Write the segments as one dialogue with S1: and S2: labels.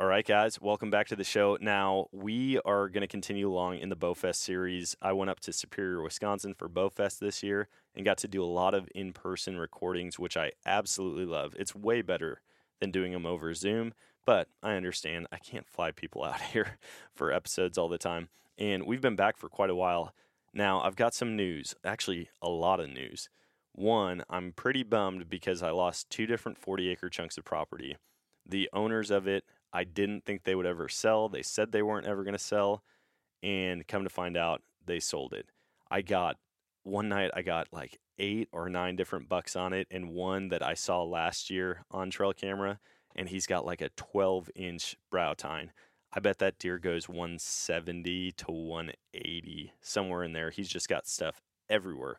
S1: All right, guys, welcome back to the show. Now, we are going to continue along in the BowFest series. I went up to Superior, Wisconsin for BowFest this year and got to do a lot of in person recordings, which I absolutely love. It's way better than doing them over Zoom, but I understand I can't fly people out here for episodes all the time. And we've been back for quite a while. Now, I've got some news, actually, a lot of news. One, I'm pretty bummed because I lost two different 40 acre chunks of property. The owners of it I didn't think they would ever sell. They said they weren't ever going to sell. And come to find out, they sold it. I got one night, I got like eight or nine different bucks on it, and one that I saw last year on trail camera. And he's got like a 12 inch brow tine. I bet that deer goes 170 to 180, somewhere in there. He's just got stuff everywhere.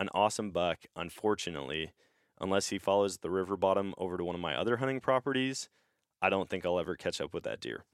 S1: An awesome buck, unfortunately, unless he follows the river bottom over to one of my other hunting properties. I don't think I'll ever catch up with that deer.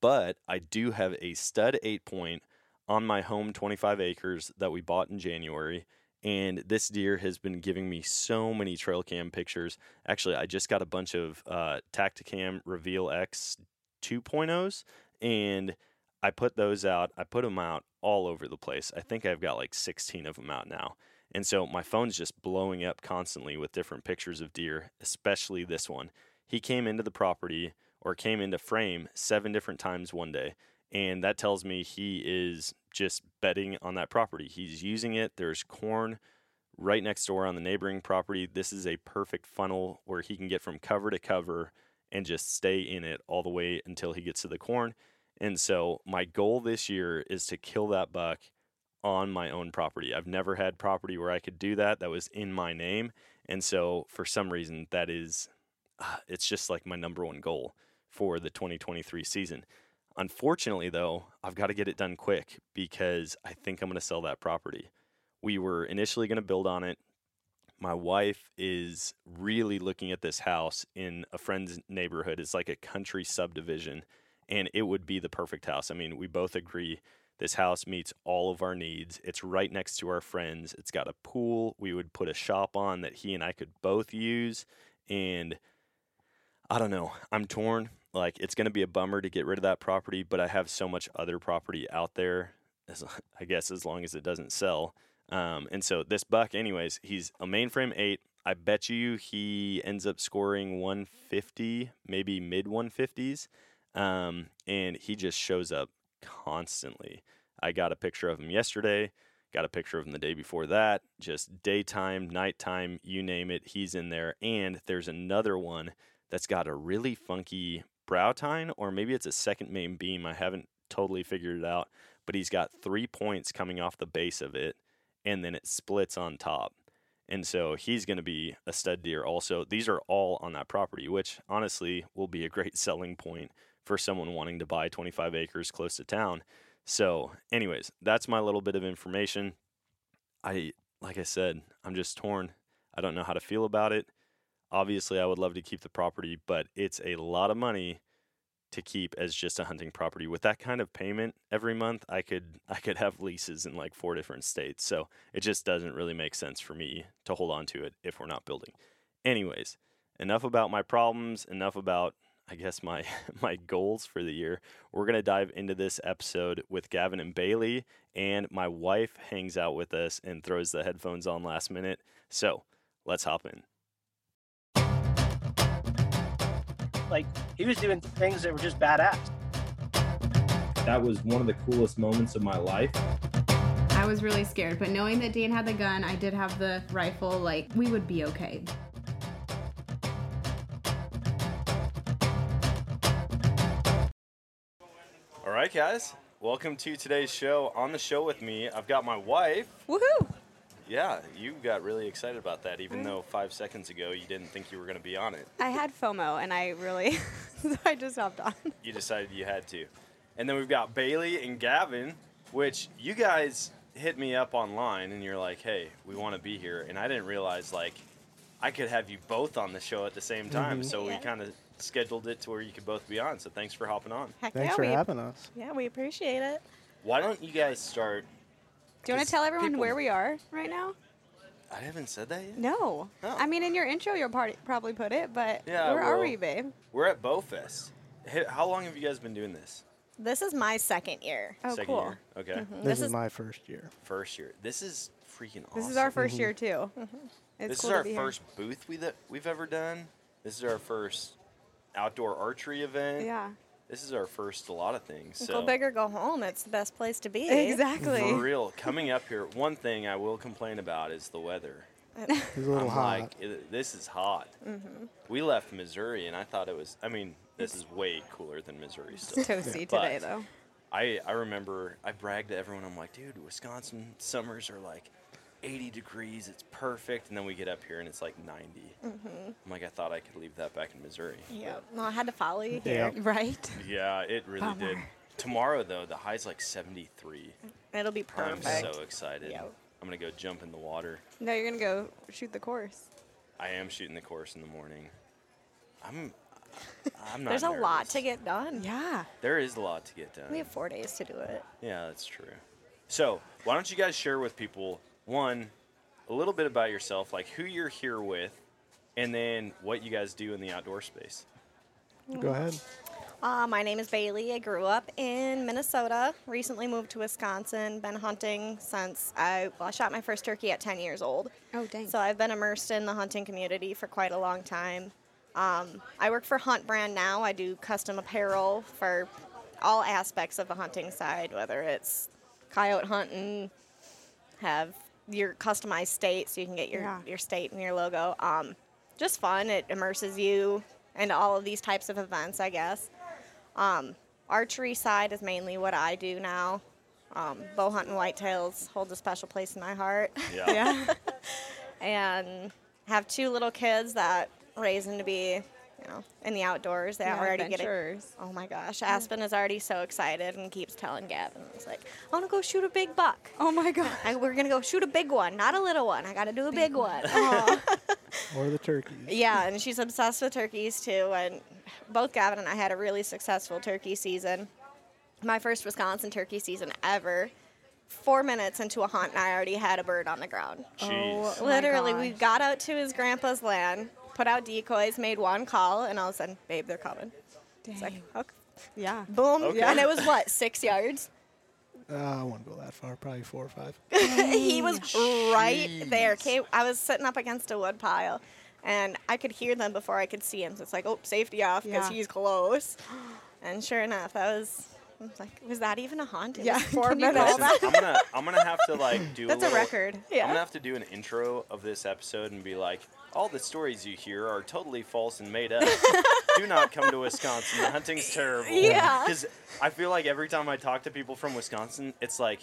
S1: But I do have a stud eight point on my home 25 acres that we bought in January. And this deer has been giving me so many trail cam pictures. Actually, I just got a bunch of uh, Tacticam Reveal X 2.0s and I put those out. I put them out all over the place. I think I've got like 16 of them out now. And so my phone's just blowing up constantly with different pictures of deer, especially this one he came into the property or came into frame seven different times one day. And that tells me he is just betting on that property. He's using it. There's corn right next door on the neighboring property. This is a perfect funnel where he can get from cover to cover and just stay in it all the way until he gets to the corn. And so, my goal this year is to kill that buck on my own property. I've never had property where I could do that that was in my name. And so, for some reason, that is uh, it's just like my number one goal for the 2023 season. Unfortunately, though, I've got to get it done quick because I think I'm going to sell that property. We were initially going to build on it. My wife is really looking at this house in a friend's neighborhood. It's like a country subdivision, and it would be the perfect house. I mean, we both agree this house meets all of our needs. It's right next to our friends. It's got a pool. We would put a shop on that he and I could both use. And I don't know. I'm torn. Like it's going to be a bummer to get rid of that property, but I have so much other property out there. As, I guess as long as it doesn't sell. Um, and so this buck, anyways, he's a mainframe eight. I bet you he ends up scoring 150, maybe mid 150s, um, and he just shows up constantly. I got a picture of him yesterday. Got a picture of him the day before that. Just daytime, nighttime, you name it, he's in there. And there's another one that's got a really funky brow tine, or maybe it's a second main beam. I haven't totally figured it out, but he's got three points coming off the base of it, and then it splits on top. And so he's going to be a stud deer also. These are all on that property, which honestly will be a great selling point for someone wanting to buy 25 acres close to town. So, anyways, that's my little bit of information. I, like I said, I'm just torn. I don't know how to feel about it obviously I would love to keep the property, but it's a lot of money to keep as just a hunting property. With that kind of payment every month, I could I could have leases in like four different states. So it just doesn't really make sense for me to hold on to it if we're not building. Anyways, enough about my problems, enough about I guess my my goals for the year. We're going to dive into this episode with Gavin and Bailey and my wife hangs out with us and throws the headphones on last minute. So, let's hop in.
S2: like he was doing things that were just badass.
S3: That was one of the coolest moments of my life.
S4: I was really scared, but knowing that Dan had the gun, I did have the rifle, like we would be okay.
S1: All right, guys. Welcome to today's show. On the show with me, I've got my wife.
S5: Woohoo!
S1: Yeah, you got really excited about that, even though five seconds ago you didn't think you were going to be on it.
S5: I had FOMO and I really, so I just hopped on.
S1: You decided you had to. And then we've got Bailey and Gavin, which you guys hit me up online and you're like, hey, we want to be here. And I didn't realize, like, I could have you both on the show at the same time. So we
S5: Yeah.
S1: kind of scheduled it to where you could both be on. So thanks for hopping on.
S5: Heck
S6: Thanks
S5: yeah,
S6: for
S5: we,
S6: having us.
S5: Yeah, we appreciate it.
S1: Why don't you guys start?
S5: Do you want
S1: 'Cause
S5: to tell everyone
S1: people-
S5: where we are right now?
S1: I haven't said that yet.
S5: No.
S1: Oh.
S5: I mean, in your intro, you'll party, probably put it, but
S1: Yeah, I
S5: where are
S1: will.
S5: we, babe?
S1: We're at BoFest. Hey, how long have you guys been doing this?
S5: This is my second year.
S1: Oh,
S5: cool.
S1: year. Okay.
S6: This,
S5: This
S6: is,
S5: is-
S6: my first year.
S1: First year. This is freaking awesome.
S5: This is our 1st year too. It's
S1: This
S5: cool
S1: is
S5: to
S1: our
S5: be here.
S1: first booth we that we've ever done. This is our first outdoor archery event.
S5: Yeah.
S1: This is our first a lot of things. So
S5: Go big or go home. It's the best place to be.
S1: for
S5: Exactly.
S1: real, coming up here, one thing I will complain about is the weather.
S6: It's a little
S1: I'm
S6: hot.
S1: like, "It- this is hot.
S5: Mm-hmm.
S1: We left Missouri, and I thought it was. I mean, this is way cooler than Missouri. Still.
S5: Toasty
S1: But-
S5: today though.
S1: I I remember I bragged to everyone. I'm like, dude, Wisconsin summers are like 80 degrees. It's perfect. And then we get up here, and it's like 90.
S5: Mm-hmm.
S1: I'm like, I thought I could leave that back in Missouri.
S5: Yeah. No, I had to follow you here.
S6: Yeah.
S5: Right.
S1: Yeah, it really did.
S5: Bummer.
S1: Tomorrow though, the high's like 73.
S5: It'll be perfect.
S1: I'm so excited.
S5: Yep.
S1: I'm gonna go jump in the water.
S5: Now you're gonna go shoot the course.
S1: I am shooting the course in the morning. I'm. I'm not.
S5: There's a lot
S1: nervous.
S5: to get done. Yeah.
S1: There is a lot to get done.
S5: We have four days to do it.
S1: Yeah, that's true. So, why don't you guys share with people one, a little bit about yourself, like who you're here with, and then what you guys do in the outdoor space.
S6: Go ahead.
S5: Uh, my name is Bailey. I grew up in Minnesota. Recently moved to Wisconsin. Been hunting since I well, I shot my first turkey at 10 years old.
S4: Oh, dang.
S5: So I've been immersed in the hunting community for quite a long time. Um, I work for Hunt Brand now. I do custom apparel for all aspects of the hunting side, whether it's coyote hunting, have your customized state so you can get your,
S4: Yeah.
S5: your state and your logo. Um, just fun. It immerses you into all of these types of events, I guess. Um, archery side is mainly what I do now. Um, bow hunting whitetails holds a special place in my heart
S1: Yeah.
S5: and have two little kids that raising to be, you know, in the outdoors. They Yeah, already get it.
S4: adventurers.
S5: Oh my gosh, Aspen is already so excited and keeps telling Gavin, "It's like, I want to go shoot a big buck.
S4: Oh my god.
S5: I, we're gonna go shoot a big one, not a little one. I got to do a big, one."
S6: Or the turkeys.
S5: yeah, and she's obsessed with turkeys too. And both Gavin and I had a really successful turkey season. My first Wisconsin turkey season ever. Four minutes into a hunt, and I already had a bird on the ground.
S1: Jeez.
S4: Oh my
S5: Literally, we
S4: gosh.
S5: got out to his grandpa's land, put out decoys, made one call, and all of a sudden, babe, they're coming. It's like, okay.
S4: Yeah.
S5: boom.
S1: Okay.
S5: And it was what, six yards?
S6: Uh, I won't go that far. Probably four or five.
S5: he was right there. Okay, I was sitting up against a wood pile, and I could hear them before I could see him. So it's like, oh, safety off because
S4: Yeah.
S5: he's close. And sure enough, that was. I was like, was that even a hunt? It
S4: Yeah,
S5: was four
S4: can you
S5: minutes.
S1: Listen, I'm gonna I'm gonna have to like do
S5: That's
S1: a,
S5: a
S1: little-
S5: record.
S1: I'm
S5: Yeah.
S1: gonna have to do an intro of this episode and be like, all the stories you hear are totally false and made up. do not come to Wisconsin. The hunting's terrible.
S5: Yeah.
S1: Because I feel like every time I talk to people from Wisconsin, it's like,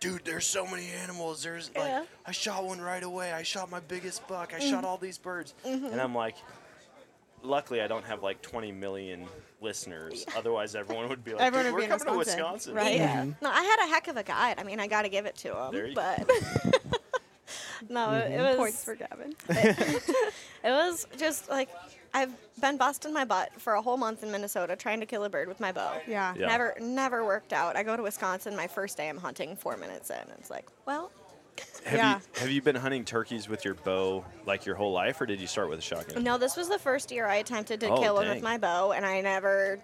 S1: dude, there's so many animals. There's like,
S5: Yeah.
S1: I shot one right away. I shot my biggest buck. I shot all these birds. And I'm like. Luckily, I don't have like 20 million listeners. Otherwise, everyone would be like,
S4: Everyone
S1: "Dude,
S4: would be
S1: we're
S4: in
S1: coming to Wisconsin.
S4: Wisconsin," Mm-hmm.
S5: Right?
S4: Yeah.
S5: No, I had a heck of a guide. I mean, I got to give it to him.
S1: There you go.
S5: but no, it- it was
S4: Mm-hmm. Points for Gavin.
S5: it was just like I've been busting my butt for a whole month in Minnesota trying to kill a bird with my bow.
S4: Yeah.
S1: Yeah.
S5: Never, never worked out. I go to Wisconsin. My first day, I'm hunting. Four minutes in, it's like, well,
S1: Have
S4: Yeah.
S1: you have you been hunting turkeys with your bow like your whole life, or did you start with a shotgun?
S5: no. This was the first year I attempted to
S1: Oh,
S5: kill one with
S1: dang.
S5: my bow, and I never.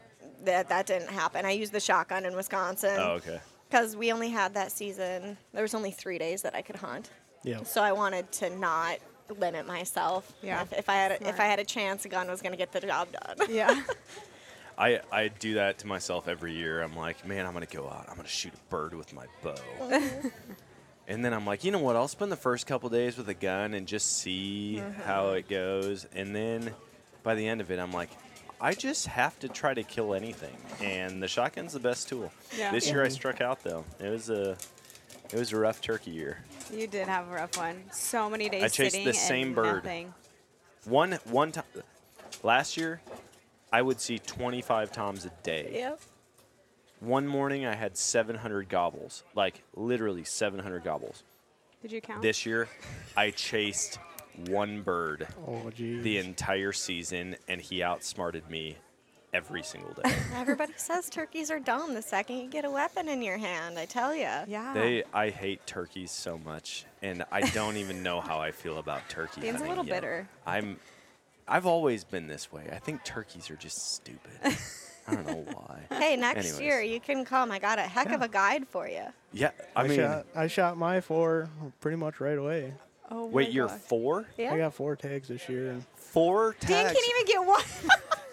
S5: That that didn't happen. I used the shotgun in Wisconsin.
S1: Oh, okay.
S5: Because we only had that season. There was only three days that I could hunt.
S6: Yeah.
S5: So I wanted to not limit myself.
S4: Yeah.
S5: If, if I had a, if
S4: Smart.
S5: I had a chance, a gun was going to get the job done.
S4: Yeah.
S1: I, I do that to myself every year. I'm like, man, I'm gonna go out. I'm gonna shoot a bird with my bow. and then I'm like, you know what? I'll spend the first couple days with a gun and just see
S4: Mm-hmm.
S1: how it goes. And then by the end of it, I'm like, I just have to try to kill anything. And the shotgun's the best tool.
S4: Yeah.
S1: This year I struck out though. It was a it was a rough turkey year.
S7: You did have a rough one. So many days.
S1: I chased
S7: sitting
S1: the same
S7: and
S1: bird.
S7: Nothing.
S1: One one time last year, I would see 25 times a day.
S5: Yep.
S1: One morning, I had 700 gobbles, like literally 700 gobbles.
S7: Did you count?
S1: This year, I chased one bird
S6: Oh, geez.
S1: the entire season, and he outsmarted me every single day.
S5: Everybody says turkeys are dumb the second you get a weapon in your hand. I tell you.
S4: Yeah.
S1: they, I hate turkeys so much, and I don't even know how I feel about turkey.
S7: Dan's a
S1: hunting
S7: little
S1: yet.
S7: bitter.
S1: I'm, I've always been this way. I think turkeys are just stupid. I don't know why.
S5: Hey, next
S1: Anyways.
S5: year you can come. I got a heck of a guide for you.
S1: Yeah,
S6: I,
S1: I, mean,
S6: shot, I shot my four pretty much right away.
S7: Oh
S1: wait,
S7: my
S1: you're
S7: gosh.
S1: four,
S5: Yeah.
S6: I got four tags this year. And
S1: four
S5: Dan
S1: tags.
S5: can't even get one.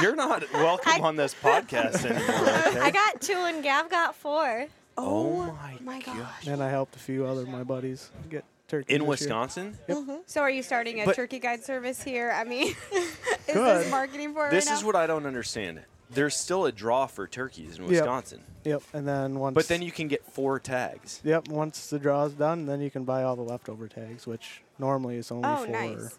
S1: You're not welcome
S5: I-
S1: on this podcast anymore. okay?
S5: I got two and Gav got four.
S1: oh my,
S7: my
S1: gosh.
S7: gosh.
S6: then I helped a few other of my buddies get turkey
S1: In
S6: this year.
S1: Wisconsin,
S7: So are you starting a
S1: But-
S7: turkey guide service here? I mean, is
S6: Good.
S7: this marketing for it
S1: this
S7: right
S1: is
S7: now?
S1: what I don't understand. There's still a draw for turkeys in
S6: Yeah.
S1: Wisconsin,
S6: Yep, and then once.
S1: but then you can get four tags.
S6: Yep, once the draw's done, then you can buy all the leftover tags, which normally is only
S7: Oh,
S6: for
S7: nice.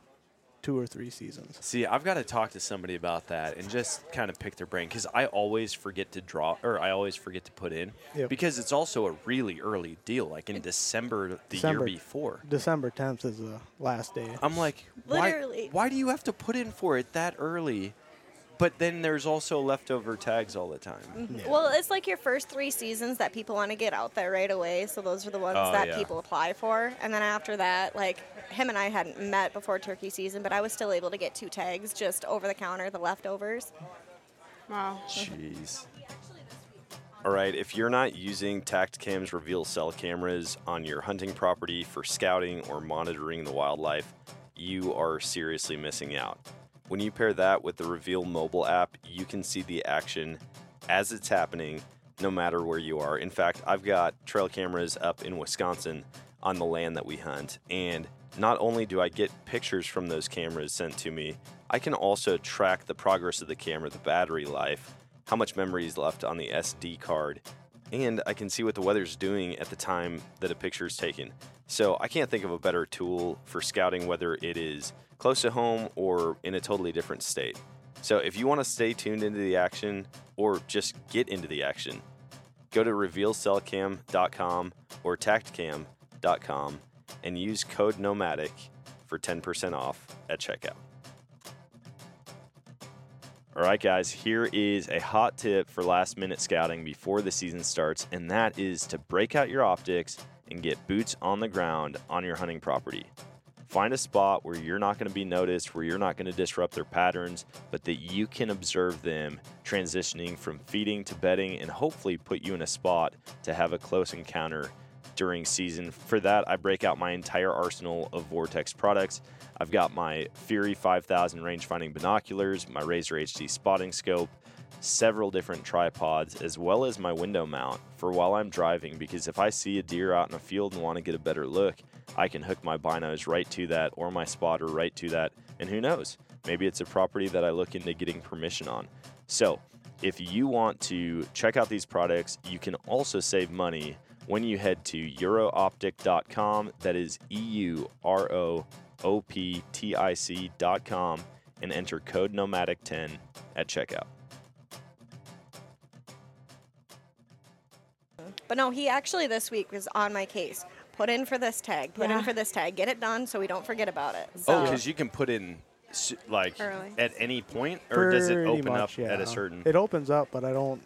S6: two or three seasons.
S1: See, I've got to talk to somebody about that and just kind of pick their brain because I always forget to draw or I always forget to put in
S6: Yep.
S1: because it's also a really early deal, like in December the
S6: December.
S1: year before.
S6: December 10th is the last day.
S1: I'm like, why,
S5: Literally.
S1: why do you have to put in for it that early? But then there's also leftover tags all the time.
S5: Well, it's like your first three seasons that people want to get out there right away. So those are the ones
S1: Oh,
S5: that
S1: yeah.
S5: people apply for. And then after that, like him and I hadn't met before turkey season, but I was still able to get two tags just over the counter, the leftovers.
S7: Wow.
S1: Jeez. All right, if you're not using Tacticam's reveal cell cameras on your hunting property for scouting or monitoring the wildlife, you are seriously missing out. When you pair that with the Reveal mobile app, you can see the action as it's happening no matter where you are. In fact, I've got trail cameras up in Wisconsin on the land that we hunt, and not only do I get pictures from those cameras sent to me, I can also track the progress of the camera, the battery life, how much memory is left on the SD card, and I can see what the weather's doing at the time that a picture is taken. So I can't think of a better tool for scouting whether it is close to home or in a totally different state. So if you want to stay tuned into the action or just get into the action, go to revealcellcam.com or tactcam.com and use code nomadic for 10% off at checkout. All right, guys, here is a hot tip for last minute scouting before the season starts, and that is to break out your optics and get boots on the ground on your hunting property. Find a spot where you're not going to be noticed, where you're not going to disrupt their patterns, but that you can observe them transitioning from feeding to bedding and hopefully put you in a spot to have a close encounter during season. For that, I break out my entire arsenal of Vortex products. I've got my Fury 5000 range-finding binoculars, my Razor HD spotting scope, several different tripods, as well as my window mount for while I'm driving. Because if I see a deer out in a field and want to get a better look, I can hook my binos right to that or my spotter right to that, and who knows? Maybe it's a property that I look into getting permission on. So, if you want to check out these products, you can also save money when you head to eurooptic.com. That is E U R O O P T I C.com and enter code nomadic10 at checkout.
S5: But no, he actually this week was on my case. Put in for this tag, put in
S7: Yeah.
S5: for this tag, get it done so we don't forget about it.
S1: Oh,
S5: So,
S1: because you can put in s- like
S7: Early.
S1: at any point, or does it
S6: Pretty
S1: open
S6: much,
S1: up at
S6: yeah.
S1: a certain?
S6: It opens up, but I don't.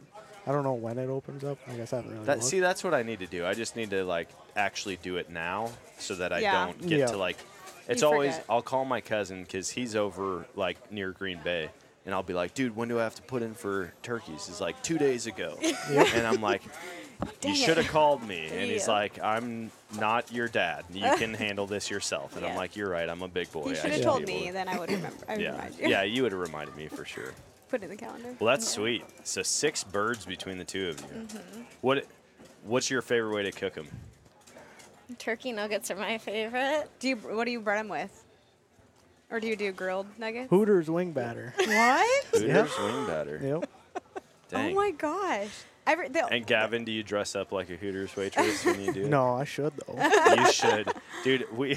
S6: I don't know when it opens up. I guess I haven't really.
S1: That,
S6: looked.
S1: see, that's what I need to do. I just need to like actually do it now so that I
S7: Yeah.
S1: don't get
S6: Yeah.
S1: to like. It's
S5: You
S1: always
S5: forget.
S1: I'll call my cousin because he's over like near Green Bay, and I'll be like, "Dude, when do I have to put in for turkeys?" He's like, two days ago," and I'm like, "You
S7: it."
S1: should have called me." And he's
S5: Yeah.
S1: like, "I'm not your dad. You can handle this yourself." And I'm
S5: Yeah.
S1: like, "You're right. I'm a big boy.
S7: You
S1: I
S7: should have
S1: be
S7: told
S1: able
S7: me,
S1: to-"
S7: then I would remember. I would
S1: Yeah,
S7: remind you.
S1: yeah, you would have reminded me for sure.
S7: Put it in the calendar.
S1: Well, that's sweet. So six birds between the two of you.
S7: Mm-hmm.
S1: What, what's your favorite way to cook them?
S5: turkey nuggets are my favorite.
S7: Do you? What do you bread them with? Or do you do grilled nuggets?
S6: Hooters wing batter.
S7: What?
S1: Hooters wing batter.
S6: yep.
S1: Dang.
S7: Oh my gosh. Every, the,
S1: and Gavin, do you dress up like a Hooters waitress when you do? it?
S6: No, I should though.
S1: You should, dude. We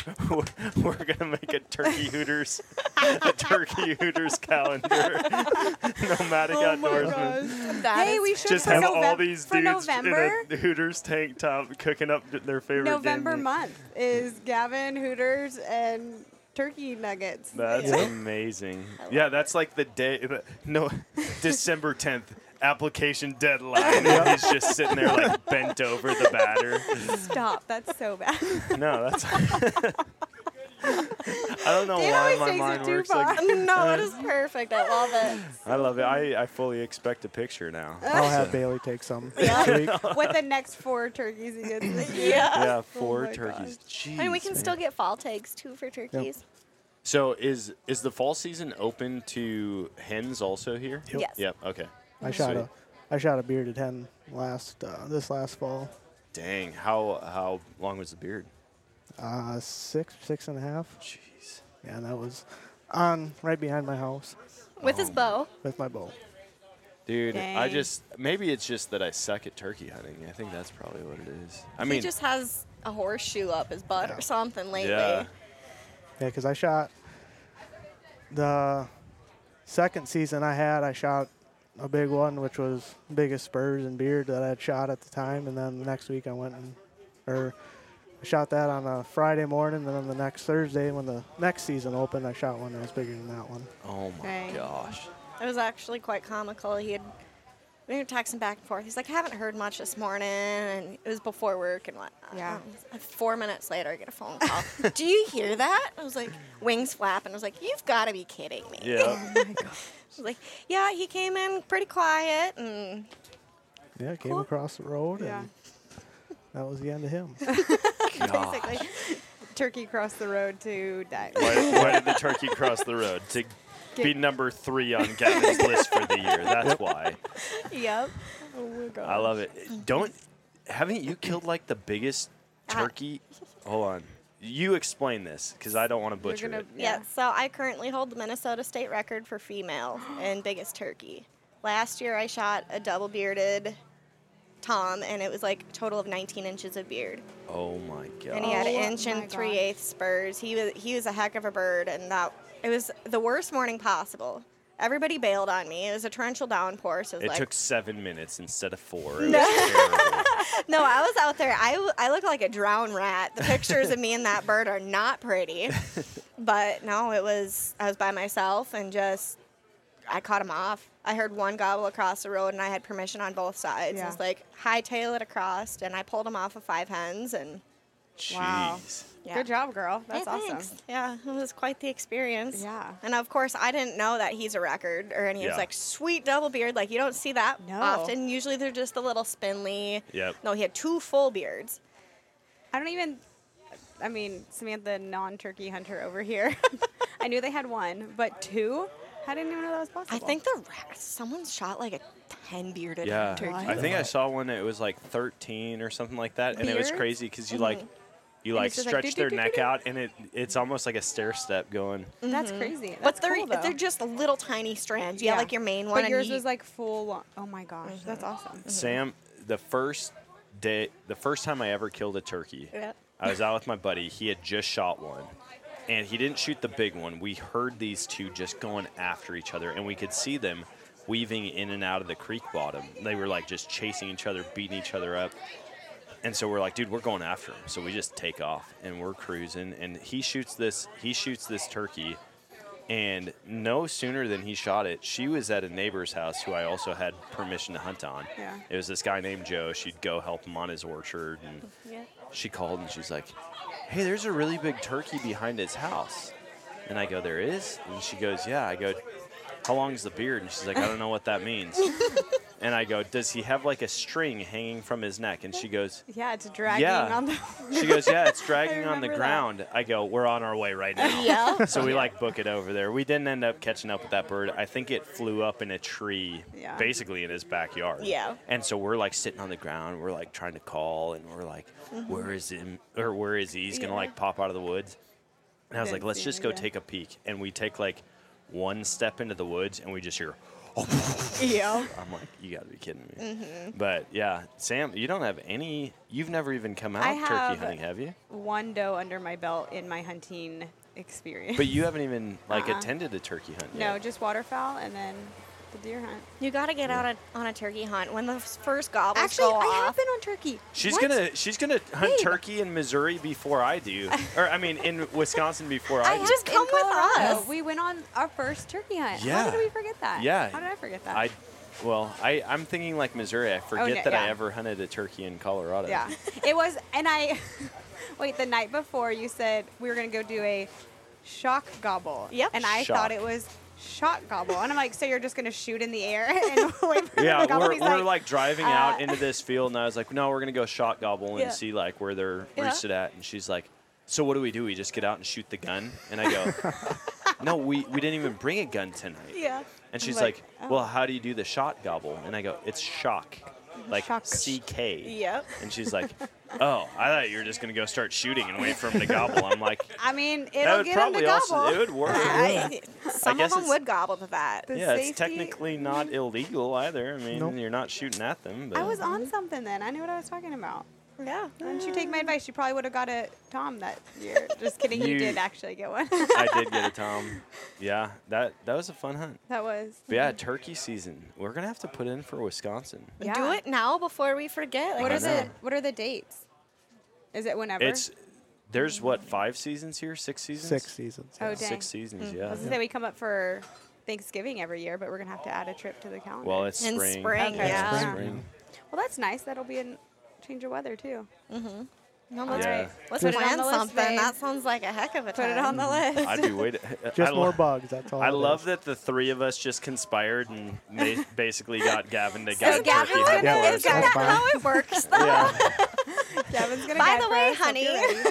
S1: we're, we're gonna make a turkey Hooters a turkey Hooters calendar. Nomadic outdoorsman.
S5: That
S7: Hey,
S5: is-
S7: we should
S1: Just
S7: Oh for
S1: have
S7: Novem-
S1: all these
S7: for
S1: dudes
S7: November.
S1: in a Hooters tank top cooking up their favorite damn
S7: November
S1: meat.
S7: month is Gavin Hooters and turkey nuggets.
S1: That's amazing. Yeah, that's like the day. the- No, December tenth application deadline. and he's just sitting there like bent over the batter.
S7: Stop. That's so bad.
S1: No, that's. I don't know
S7: Dan
S1: why
S7: always
S1: my
S7: takes it
S1: mind
S7: too
S1: works like
S7: far.
S5: no, it is perfect. I love it.
S1: I love it. I, I fully expect a picture now.
S6: I'll have
S1: So,
S6: Bailey take some
S7: Yeah.
S6: next week.
S7: With the next four turkeys he gets this year.
S5: Yeah.
S1: Yeah, four
S7: Oh my
S1: turkeys. Jeez,
S5: And we can
S1: man.
S5: still get fall tags too for turkeys.
S1: So is is the fall season open to hens also here?
S6: Yep.
S5: Yes.
S1: Yep. Okay.
S6: I shot
S1: Sweet.
S6: a I shot a bearded hen last uh, this last fall.
S1: Dang. How how long was the beard?
S6: Uh, six six and a half.
S1: Jeez.
S6: Yeah, and that was on right behind my house
S5: With
S1: Oh.
S5: his bow.
S6: with my bow.
S1: Dude, I
S7: Dang.
S1: just maybe it's just that I suck at turkey hunting. I think that's probably what it is. I
S5: he
S1: mean,
S5: just has a horseshoe up his butt or something lately.
S1: yeah.
S6: Yeah, because I shot the second season I had. I shot a big one, which was biggest spurs and beard that I had shot at the time, and then the next week I went and or I shot that on a Friday morning. Then on the next Thursday, when the next season opened, I shot one that was bigger than that one.
S1: Oh my
S7: Dang.
S1: gosh.
S5: It was actually quite comical. He had we were texting back and forth. He's like, I haven't heard much this morning, and it was before work and whatnot.
S7: Yeah.
S5: And Four minutes later, I get a phone call. Do you hear that? I was like, wings flap, and I was like, you've got to be kidding me.
S1: Yeah.
S5: I was like, yeah, he came in pretty quiet, and
S6: Yeah, came across the road,
S7: Yeah.
S6: and that was the end of him.
S1: gosh.
S7: Basically. Turkey crossed the road to die.
S1: Why, why did the turkey cross the road to be number three on Gavin's list for the year? That's why.
S5: yep.
S1: I love it. Don't haven't you killed like the biggest
S5: Ah.
S1: turkey? Hold on. You explain this because I don't want to butcher
S7: gonna-
S1: it.
S5: Yeah. so I currently hold the Minnesota state record for female and biggest turkey. Last year I shot a double bearded tom and it was like a total of 19 inches of beard.
S1: Oh my god.
S5: And he had an
S7: Oh
S5: inch
S7: my
S5: and three eighths spurs. He was he was a heck of a bird and that it was the worst morning possible. Everybody bailed on me. It was a torrential downpour, so it was
S1: It
S5: like
S1: took seven minutes instead of four. It was terrible.
S5: No, I was out there. I, w- I look like a drowned rat. The pictures of me and that bird are not pretty. But no, it was, I was by myself and just, I caught him off. I heard one gobble across the road and I had permission on both sides. It
S7: Yeah.
S5: was like, hightail it across and I pulled him off of five hens and
S7: Wow.
S1: Jeez.
S5: yeah.
S7: Good job, girl.
S5: Hey,
S7: That's awesome.
S5: thanks. Yeah, it was quite the experience.
S7: Yeah.
S5: And of course, I didn't know that he's a record or any. He
S1: Yeah.
S5: was like, sweet double beard. Like, you don't see that
S7: No.
S5: often. Usually they're just the little spindly.
S1: Yep.
S5: No, he had two full beards.
S7: I don't even. I mean, Samantha, non-turkey hunter over here. I knew they had one, but two. I didn't even know that was possible.
S5: I think the ra- someone shot like a ten bearded
S1: Yeah,
S5: turkey.
S1: I think I saw one that was like 13 or something like that, and it was
S7: Beards?
S1: crazy because you like, you like
S7: it's just like
S1: stretch their neck
S7: do-do-do-do-do.
S1: out, and it it's almost like a stair step going.
S7: that's
S5: Mm-hmm.
S7: crazy.
S5: but
S7: That's
S5: they're
S7: cool, though.
S5: they're just little tiny strands. Yeah, like your main one.
S7: But
S5: and
S7: yours
S5: he-
S7: was like full. Long. Oh my gosh, that's
S5: Mm-hmm.
S7: awesome.
S1: Sam, the first day, the first time I ever killed a turkey,
S5: Yeah.
S1: I was out with my buddy. He had just shot one, and he didn't shoot the big one. We heard these two just going after each other, and we could see them weaving in and out of the creek bottom. They were like just chasing each other, beating each other up. And so we're like, dude, we're going after him. So we just take off and we're cruising. And he shoots this, he shoots this turkey. And no sooner than he shot it, she was at a neighbor's house who I also had permission to hunt on.
S7: Yeah.
S1: It was this guy named Joe. She'd go help him on his orchard. And she called and she's like, hey, there's a really big turkey behind his house. And I go, there is? And she goes, yeah. I go, how long is the beard? And she's like, I don't know what that means. and I go, does he have like a string hanging from his neck? And she goes,
S7: Yeah, it's dragging
S1: Yeah.
S7: on the.
S1: she goes, yeah, it's dragging on the
S7: remember that.
S1: ground. I go, we're on our way right now.
S5: yeah.
S1: So we like book it over there. We didn't end up catching up with that bird. I think it flew up in a tree,
S7: Yeah.
S1: basically in his backyard.
S5: Yeah.
S1: And so we're like sitting on the ground. We're like trying to call, and we're like,
S7: Mm-hmm.
S1: "Where is him? Or where is he? He's gonna like pop out of the woods." And I was
S7: Didn't
S1: like, "Let's
S7: see
S1: just
S7: him,
S1: go
S7: yeah.
S1: take a peek." And we take like one step into the woods, and we just hear.
S7: yeah.
S1: I'm like, you gotta be kidding me.
S7: Mm-hmm.
S1: But yeah, Sam, you don't have any. You've never even come out
S7: I
S1: turkey
S7: have-
S1: hunting, have you?
S7: One doe under my belt in my hunting experience.
S1: But you haven't even like
S7: Uh-uh.
S1: attended a turkey hunt.
S7: no,
S1: yet.
S7: just waterfowl and then the deer hunt.
S5: You gotta get out on a turkey hunt when the f- first gobbles
S7: Actually,
S5: go
S7: I
S5: off.
S7: have been on turkey.
S1: She's
S7: What?
S1: gonna she's gonna hunt
S7: Babe.
S1: turkey in Missouri before I do, or I mean in Wisconsin before I,
S5: I
S1: do.
S5: just
S7: In
S5: come with
S7: Colorado,
S5: us.
S7: We went on our first turkey hunt.
S1: Yeah.
S7: How did we forget that?
S1: Yeah.
S7: How did I forget that? Oh,
S1: I well I I'm thinking like Missouri. I forget
S7: yeah,
S1: that I
S7: yeah.
S1: ever hunted a turkey in Colorado.
S7: Yeah. it was, and I, wait, the night before you said we were going to go do a shock gobble.
S5: Yep.
S7: And I
S1: Shock.
S7: thought it was shot gobble. And I'm like, so you're just going to shoot in the air and wait for
S1: Yeah,
S7: the gobble?
S1: we're,
S7: He's
S1: we're like, driving
S7: uh,
S1: out into this field, and I was like, no, we're gonna go shot gobble and
S7: Yeah.
S1: see like where they're
S7: Yeah.
S1: roosted at. And she's like, so what do we do? We just get out and shoot the gun? And I go, no, we we didn't even bring a gun tonight.
S7: yeah.
S1: And
S7: I'm
S1: she's
S7: like, "Oh."
S1: like, well, how do you do the shot gobble? And I go, it's shock, like
S7: Shock.
S1: CK.
S5: Yep.
S1: And she's like, oh, I thought you were just gonna go start shooting and wait for him to gobble. I'm like,
S7: I mean,
S1: that
S7: it'll
S1: would
S7: get him to
S1: probably
S7: gobble.
S1: also it would work.
S5: I, some
S1: guess
S5: of them
S1: it's-
S5: would gobble to that.
S7: The
S1: Yeah,
S7: safety-
S1: it's technically not illegal either. I mean,
S6: Nope.
S1: you're not shooting at them. But
S7: I was on something then. I knew what I was talking about.
S5: Yeah.
S7: Why didn't you take my advice? You probably would have got a Tom that year. Just kidding, you,
S1: You-
S7: did actually get one.
S1: I did get a Tom. Yeah, that that was a fun hunt.
S7: that was.
S1: But yeah, turkey season. We're gonna have to put in for Wisconsin.
S7: Yeah.
S5: Do it now before we forget. Like,
S7: What
S1: I
S7: is
S1: know.
S7: it? What are the dates? Is it whenever?
S1: It's there's what five seasons here, six seasons,
S6: Six seasons.
S7: Oh,
S6: yeah.
S7: dang.
S1: six seasons.
S7: I was gonna
S1: Yeah.
S7: say we come up for Thanksgiving every year, but we're gonna have to add a trip to the calendar.
S1: Well, it's
S5: In
S1: spring.
S5: spring,
S1: it's
S7: yeah.
S1: spring.
S7: Well, that's nice. That'll be a change of weather too. Oh,
S5: no,
S1: Yeah.
S5: let's, let's
S7: Put it on
S5: plan
S7: the list,
S5: something.
S7: babe.
S5: That sounds like a heck of a
S7: Put
S5: time.
S1: Um,
S7: it on the list.
S1: I'd be waiting.
S6: Just
S1: I
S6: more
S1: lo-
S6: bugs. That's all.
S1: I
S6: it
S1: love
S6: is.
S1: that the three of us just conspired and ma- basically got Gavin to
S7: So
S1: guide
S7: Gavin
S1: turkey
S7: was
S1: hunt
S7: gonna-
S1: for
S7: is
S1: us.
S6: That's
S7: Gavin-
S6: fine.
S5: How it works, though.
S1: Yeah.
S7: Devin's gonna
S5: By
S7: guide
S5: the
S7: for
S5: way,
S7: us, hope you're
S5: honey.
S7: ready.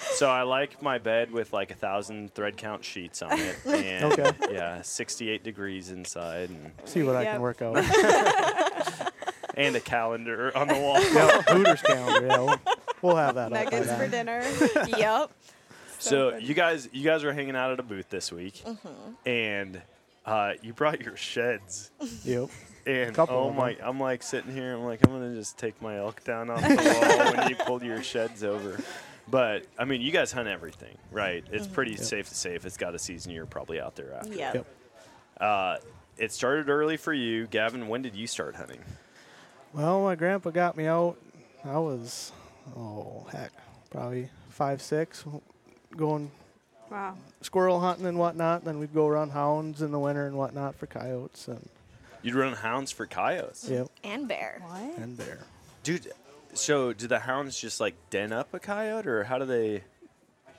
S1: So I like my bed with like a thousand thread count sheets on it, and
S6: Okay.
S1: yeah, 68 degrees inside, and,
S6: See what I
S7: Yep.
S6: can work out.
S1: and a calendar on the wall.
S6: yeah, Hooters calendar. Yeah, we'll, we'll have that. up by
S7: Nuggets for
S6: then.
S7: dinner.
S5: yep.
S1: So you guys, you guys were hanging out at a booth this week, and uh, you brought your sheds.
S6: Yep.
S1: And
S6: Couple
S1: oh
S6: of
S1: my, I'm like sitting here, I'm like, I'm gonna just take my elk down off the wall when you pulled your sheds over. But I mean, you guys hunt everything, right? It's pretty safe to say if it's got a season, you're probably out there after.
S5: Yep.
S6: Yep.
S1: Uh, it started early for you, Gavin. When did you start hunting?
S6: Well, my grandpa got me out. I was, oh heck, probably five, six, going
S7: Wow.
S6: squirrel hunting and whatnot. Then we'd go run hounds in the winter and whatnot for coyotes and
S1: You'd run hounds for coyotes,
S6: yep
S5: And bear.
S7: What?
S6: and bear.
S1: dude. So do the hounds just like den up a coyote, or how do they?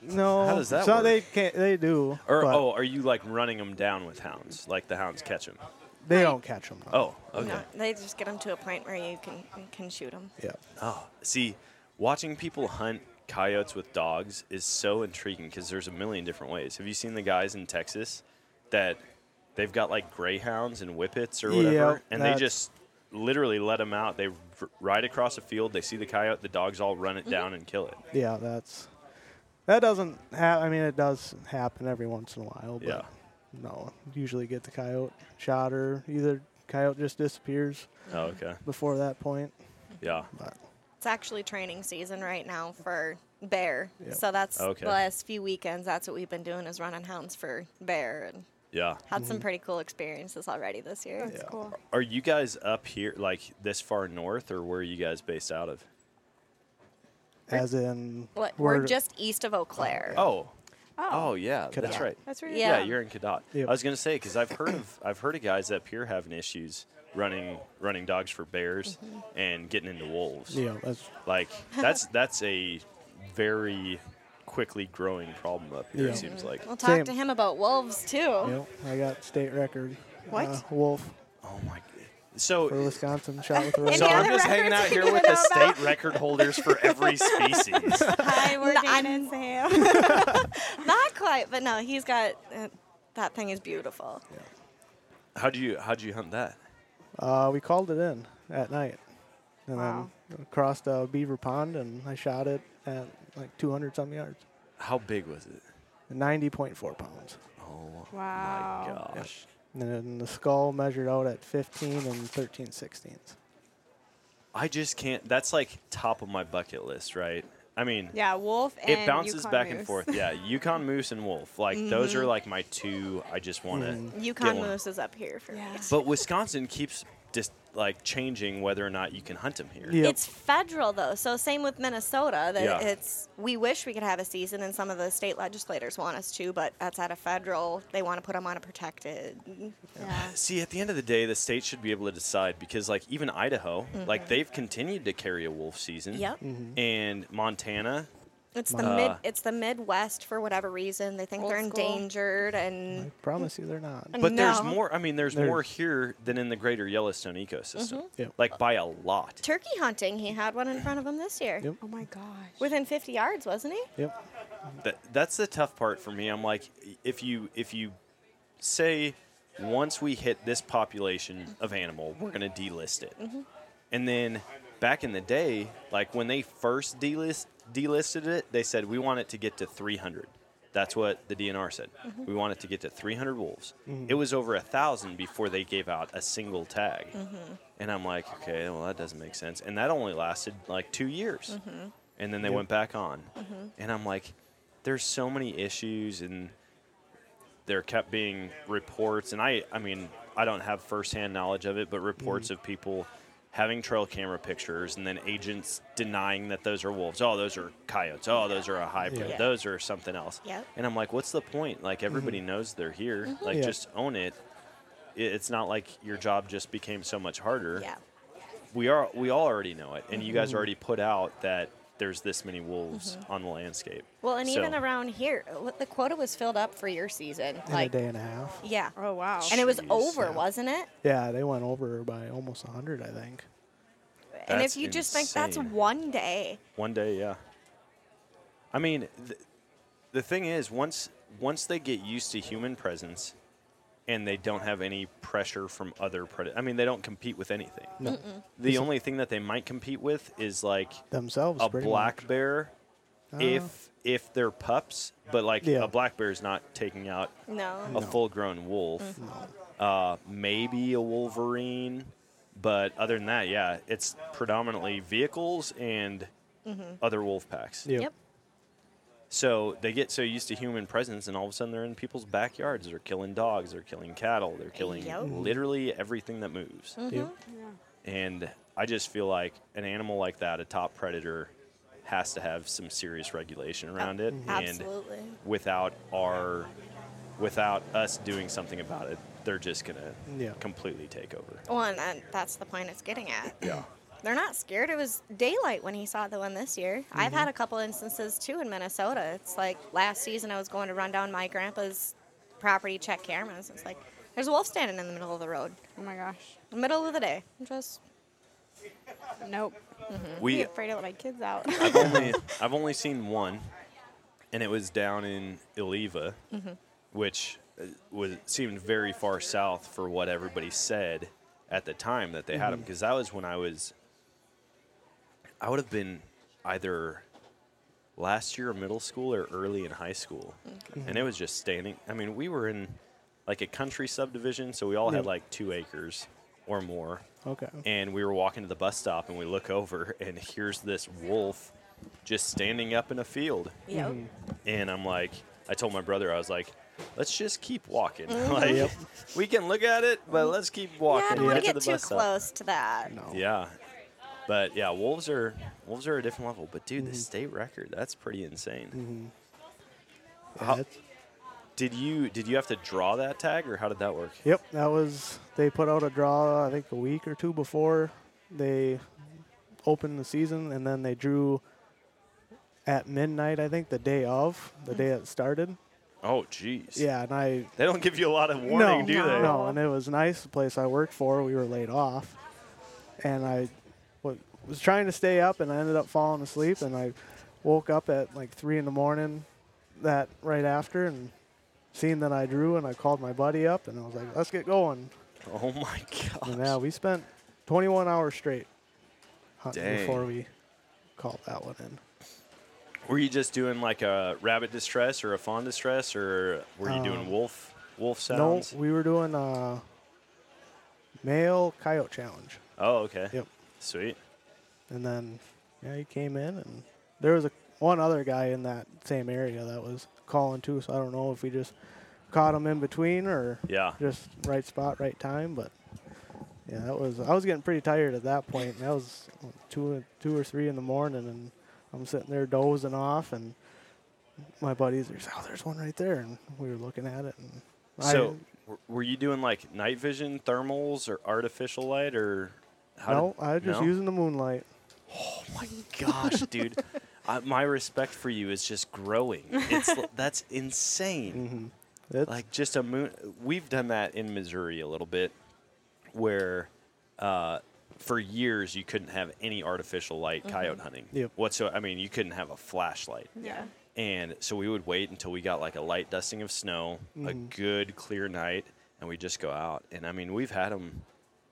S6: No,
S1: How does that
S6: so
S1: work?
S6: they can't. They do.
S1: Or
S6: but
S1: oh, are you like running them down with hounds? Like the hounds catch them?
S6: they don't catch them.
S1: Oh, okay.
S5: No, they just get them to a point where you can you can shoot them.
S6: yeah.
S1: Oh, see, watching people hunt coyotes with dogs is so intriguing because there's a million different ways. Have you seen the guys in Texas that they've got like greyhounds and whippets or whatever,
S6: Yep,
S1: and they
S6: that's-
S1: just literally let them out. They r- ride across a field, they see the coyote, the dogs all run
S6: Mm-hmm.
S1: it down and kill it.
S6: Yeah, that's that doesn't happen. I mean, it does happen every once in a while, but
S1: Yeah.
S6: no, usually get the coyote shot or either coyote just disappears
S1: Oh, okay.
S6: before that point.
S1: Yeah.
S6: But
S5: It's actually training season right now for bear.
S6: Yep.
S5: So that's
S1: Okay.
S5: the last few weekends. That's what we've been doing is running hounds for bear and
S1: Yeah.
S5: had
S6: Mm-hmm.
S5: some pretty cool experiences already this year.
S7: That's cool.
S1: Are you guys up here, like this far north, or where are you guys based out of?
S6: as in,
S5: What, we're,
S6: we're-
S5: just east of Eau Claire.
S1: Oh,
S7: Oh.
S1: oh yeah,
S6: Cadet.
S1: that's right.
S7: That's where you're
S1: Yeah,
S5: Yeah.
S1: you're in Cadot.
S6: Yep.
S1: I was gonna say because I've heard of I've heard of guys up here having issues running running dogs for bears and getting into wolves.
S6: you know, as
S1: Like that's that's a very quickly growing problem up here.
S6: Yeah.
S1: It seems like.
S5: We'll talk
S6: Same.
S5: to him about wolves too.
S6: you know, I got state record.
S7: What?
S6: uh, wolf
S1: Oh my. So.
S6: for Wisconsin shot with a
S7: Any
S6: rifle.
S1: so I'm
S7: other
S1: just hanging
S7: records
S1: out
S7: we
S1: here
S7: need
S1: with
S7: to
S1: the
S7: know about?
S1: state record holders for every species.
S7: Hi, we're
S5: No, I'm-
S7: Jane and Sam.
S5: Not quite, but no, he's got uh, that thing is beautiful.
S1: How do you how do you hunt that?
S6: Uh, we called it in at night, and
S7: Wow.
S6: then crossed a beaver pond, and I shot it at like 200 some yards,
S1: How big was it?
S6: 90.4 pounds.
S1: Oh
S7: Wow.
S1: my gosh.
S6: And then the skull measured out at 15 and 13 sixteenths.
S1: I just can't. That's like top of my bucket list, right? I mean,
S7: Yeah, Wolf and
S1: it bounces
S7: Yukon
S1: back
S7: Moose. Mm-hmm.
S1: and forth. Yeah, Yukon Moose and Wolf. Like those are like my two. I just want to.
S6: Mm-hmm.
S5: Yukon moose is up here for
S7: Yeah.
S5: me.
S1: But Wisconsin keeps just like changing whether or not you can hunt them here.
S6: Yep.
S5: It's federal though, so same with Minnesota. That
S1: Yeah.
S5: it's we wish we could have a season, and some of the state legislators want us to, but that's at a federal. They want to put them on a protected.
S7: Yeah.
S1: See, at the end of the day, the state should be able to decide because, like, even
S7: Mm-hmm.
S6: Mm-hmm.
S1: Idaho, like they've continued to carry a wolf season.
S5: Yep.
S1: And Montana
S5: It's the
S1: Uh,
S5: mid. It's the Midwest for whatever reason. They think
S7: Old
S5: they're
S7: school.
S5: endangered,
S6: I
S5: and
S6: promise you, they're not.
S1: But there's
S5: No.
S1: more. I mean, there's,
S6: There's-
S1: more here than in the greater Yellowstone ecosystem,
S7: Mm-hmm.
S6: Yep.
S1: like by a lot.
S5: turkey hunting. He had one in front of him this year,
S6: Yep.
S7: Oh my gosh.
S5: within 50 yards, wasn't he?
S6: Yep.
S1: That, that's the tough part for me. I'm like, if you if you say once we hit this population of animal, we're gonna delist it, and then back in the day, like when they first delist delisted it, they said we want it to get to 300. That's what the DNR said. We want it to get to 300 wolves. It was over a thousand before they gave out a single tag, and I'm like, okay, well that doesn't make sense. And that only lasted like two years,
S5: Mm-hmm.
S1: and then they went back on, and I'm like, there's so many issues and there kept being reports and i i mean i don't have firsthand knowledge of it but reports
S5: Mm-hmm.
S1: of people having trail camera pictures and then agents denying that those are wolves oh those are coyotes oh those are a hybrid
S5: Yeah. Mm-hmm.
S1: those are something else
S5: Yep.
S1: and i'm like what's the point like everybody knows they're here like
S5: Mm-hmm.
S6: Yeah.
S1: just own it I- it's not like your job just became so much harder
S5: Yeah.
S1: we are we all already know it and you guys
S5: Mm-hmm.
S1: already put out that there's this many wolves on the landscape
S5: Well, and
S1: So-
S5: even around here, what- the quota was filled up for your season.
S6: In
S5: like,
S6: a day and a half.
S5: yeah,
S7: Oh wow.
S5: and it was
S1: Jeez,
S5: over,
S1: yeah.
S5: wasn't it?
S6: Yeah, they went over by almost 100, I think.
S5: and
S1: That's
S5: if you just think that's
S1: insane.
S5: one day,
S1: One day, yeah. I mean, th- the thing is, once once they get used to human presence, and they don't have any pressure from other predators. I mean, they don't compete with anything.
S6: No.
S1: The only thing that they might compete with is like
S6: Themselves.
S1: a
S6: pretty
S1: black
S6: much.
S1: bear,
S5: Oh.
S1: if if they're pups. But like
S6: Yeah.
S1: a black bear is not taking out
S5: no.
S1: a full-grown wolf, uh, maybe a wolverine, but other than that, yeah, it's predominantly vehicles and other wolf packs.
S6: Yep.
S5: Yep.
S1: So they get so used to human presence, and all of a sudden they're in people's backyards. They're killing dogs. They're killing cattle. They're killing
S5: Yep.
S1: literally everything that moves.
S6: Yep.
S5: Mm-hmm.
S1: And I just feel like an animal like that, a top predator, has to have some serious regulation around it. And
S5: Absolutely.
S1: without our without us doing something about it they're just gonna
S6: Yeah.
S1: completely take over
S5: Well, and that, that's the point it's getting at.
S1: yeah
S5: They're not scared. It was daylight when he saw the one this year. I've
S6: Mm-hmm.
S5: had a couple instances too in Minnesota. It's like last season I was going to run down my grandpa's property, check cameras. It's like there's a wolf standing in the middle of the road,
S7: Oh my gosh.
S5: middle of the day. I'm just
S7: Nope. Be
S1: we
S7: afraid to let my kids out.
S1: i've only i've only seen one and it was down in Iliva, which uh, was seemed very far south for what everybody said at the time that they had 'em, had them because that was when I was I would have been either last year of middle school or early in high school and it was just standing I mean we were in like a country subdivision so we all had
S6: Yeah.
S1: like 2 acres or more
S6: Okay.
S1: and we were walking to the bus stop and we look over and here's this wolf just standing up in a field
S5: yep.
S6: Mm-hmm.
S1: and I'm like, I told my brother, I was like, let's just keep walking. like, we can look at it, but let's keep
S5: Mm-hmm. Yeah,
S1: walking.
S5: I don't want
S1: Get
S5: to
S1: to the
S5: get too
S1: bus stop.
S5: close to that.
S6: No.
S1: Yeah, but yeah, wolves are wolves are a different level. But dude,
S5: Mm-hmm.
S1: the state record, that's pretty insane.
S6: Yeah,
S5: Mm-hmm.
S1: How-
S6: it's-
S1: Did you did you have to draw that tag, or how did that work?
S6: Yep, that was they put out a draw I think a week or two before they opened the season and then they drew at midnight I think the day of, the
S5: Mm.
S6: day it started.
S1: Oh, jeez.
S6: Yeah, and I
S1: They don't give you a lot of warning,
S6: no,
S1: do they?
S6: No, and it was nice the place I worked for, we were laid off. And I wa- was trying to stay up and I ended up falling asleep and I woke up at like 3 in the morning that right after and seen that I drew and I called my buddy up and I was like, "Let's get going."
S1: Oh my god.
S6: And yeah, we spent 21 hours straight hunting
S1: Dang.
S6: before we called that one in.
S1: Were you just doing like a rabbit distress or a fawn distress, or were you doing
S6: Um,
S1: wolf wolf sounds?
S6: No, we were doing a male coyote challenge.
S1: Oh, okay.
S6: Yep.
S1: Sweet.
S6: And then yeah, he came in and there was a one other guy in that same area that was calling too, so I don't know if we just caught him in between or
S1: Yeah.
S6: just right spot, right time, but yeah, that was I was getting pretty tired at that point. and That was two two or three in the morning and I'm sitting there dozing off and my buddies are oh there's one right there and we were looking at it and
S1: So, w- were you doing like night vision, thermals, or artificial light, or
S6: I no,
S1: did-
S6: I was just
S1: no?
S6: using the moonlight.
S1: Oh my gosh, dude! I, my respect for you is just growing. It's l- that's insane.
S6: It's,
S1: like just a moon. We've done that in Missouri a little bit, where uh, for years you couldn't have any artificial light
S7: Mm-hmm.
S1: coyote hunting
S6: Yep.
S1: whatsoever. I mean, you couldn't have a flashlight.
S7: Yeah.
S1: And so we would wait until we got like a light dusting of snow, a good clear night, and we just go out. And I mean, we've had them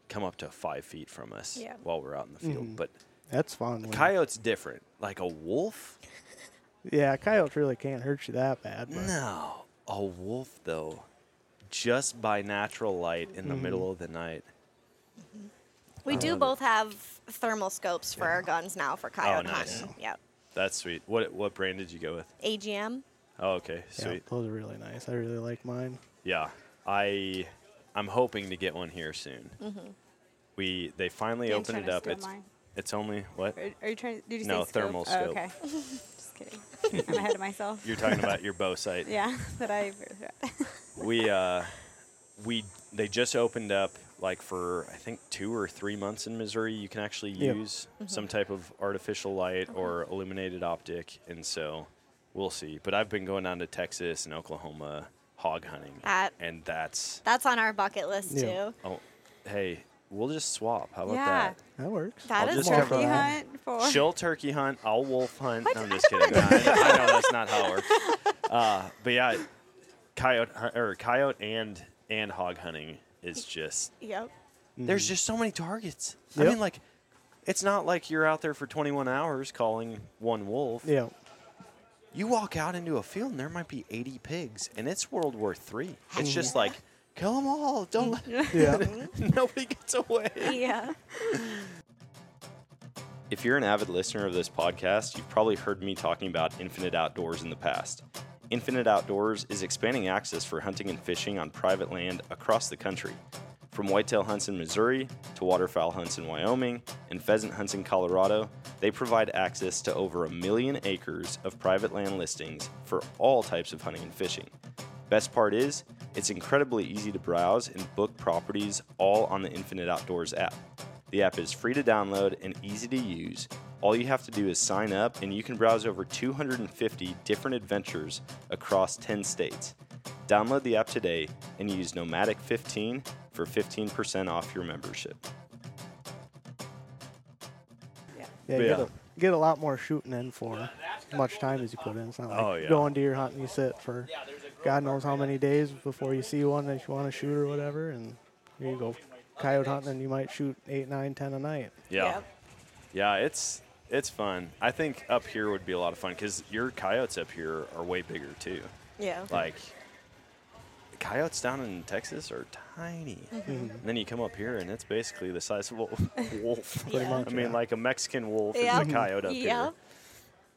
S1: come up to five feet from us
S7: Yeah.
S1: while we're out in the field. But
S6: that's fun. when-
S1: coyote's different. Like a wolf?
S6: yeah, coyotes really can't hurt you that bad. But
S1: No. A wolf, though, just by natural light in the middle of the night.
S5: We
S6: Uh-huh.
S5: do both have thermal scopes for our guns now for coyote
S1: Oh, nice.
S5: hunting. Yeah.
S1: That's sweet. What what brand did you go with?
S5: AGM.
S1: Oh, okay,
S6: yeah,
S1: sweet.
S6: those are really nice. I really like mine.
S1: Yeah, I I'm hoping to get one here soon. We they finally
S7: Mm-hmm. Dan's
S1: opened
S7: trying
S1: it
S7: to
S1: up.
S7: steal
S1: It's
S7: mine.
S1: it's only what
S7: Are, are you trying? Did you
S1: No,
S7: say scope?
S1: thermal
S7: Oh,
S1: scope.
S7: okay. Just kidding. I'm ahead of myself.
S1: you're talking about your bow sight.
S7: yeah, that I.
S1: we uh, we they just opened up like for I think two or three months in Missouri. You can actually
S6: Yep.
S1: use some type of artificial light or illuminated optic, and so we'll see. But I've been going down to Texas and Oklahoma hog hunting,
S5: That-
S1: and that's
S5: That's on our bucket list
S6: Yeah.
S5: too.
S1: oh, hey, we'll just swap. How about
S7: Yeah.
S6: That works.
S5: That
S1: I'll
S5: is
S1: just have
S5: perfect.
S7: turkey
S6: that.
S7: hunt for.
S1: that? She'll turkey hunt. I'll wolf hunt. I'm just kidding. Nah, I know that's not how it works. Uh, but yeah, coyote hu- or coyote and and hog hunting is just
S5: Yep.
S1: there's just so many targets. I
S6: Mm. Yep.
S1: mean, like, it's not like you're out there for 21 hours calling one wolf.
S6: Yeah.
S1: You walk out into a field and there might be 80 pigs, and it's World War Three. It's
S6: Oh,
S1: just like, kill them all. Don't let
S6: Yeah.
S1: nobody gets away.
S7: yeah.
S1: If you're an avid listener of this podcast, you've probably heard me talking about Infinite Outdoors in the past. Infinite Outdoors is expanding access for hunting and fishing on private land across the country. From whitetail hunts in Missouri to waterfowl hunts in Wyoming and pheasant hunts in Colorado, they provide access to over a million acres of private land listings for all types of hunting and fishing. Best part is, it's incredibly easy to browse and book properties all on the Infinite Outdoors app. The app is free to download and easy to use. All you have to do is sign up, and you can browse over 250 different adventures across 10 states. Download the app today and use Nomadic15 for 15% off your membership.
S6: Yeah, you Get,
S1: Yeah.
S6: a, get a lot more shooting in for as much time as you put in. It's not like
S1: Oh, yeah.
S6: going deer hunting, you sit for God knows how many days before you see one that you want to shoot or whatever, and here you go coyote hunting, and you might shoot eight, nine, ten a night.
S1: Yeah. Yeah, it's it's fun. I think up here would be a lot of fun because your coyotes up here are way bigger too.
S5: Yeah.
S1: Like the coyotes down in Texas are tiny. And then you come up here and it's basically the size of a wolf.
S5: Pretty Yeah.
S6: much,
S1: I mean,
S6: yeah.
S1: like a Mexican wolf
S5: Yeah.
S1: is a coyote up here.
S5: Yep.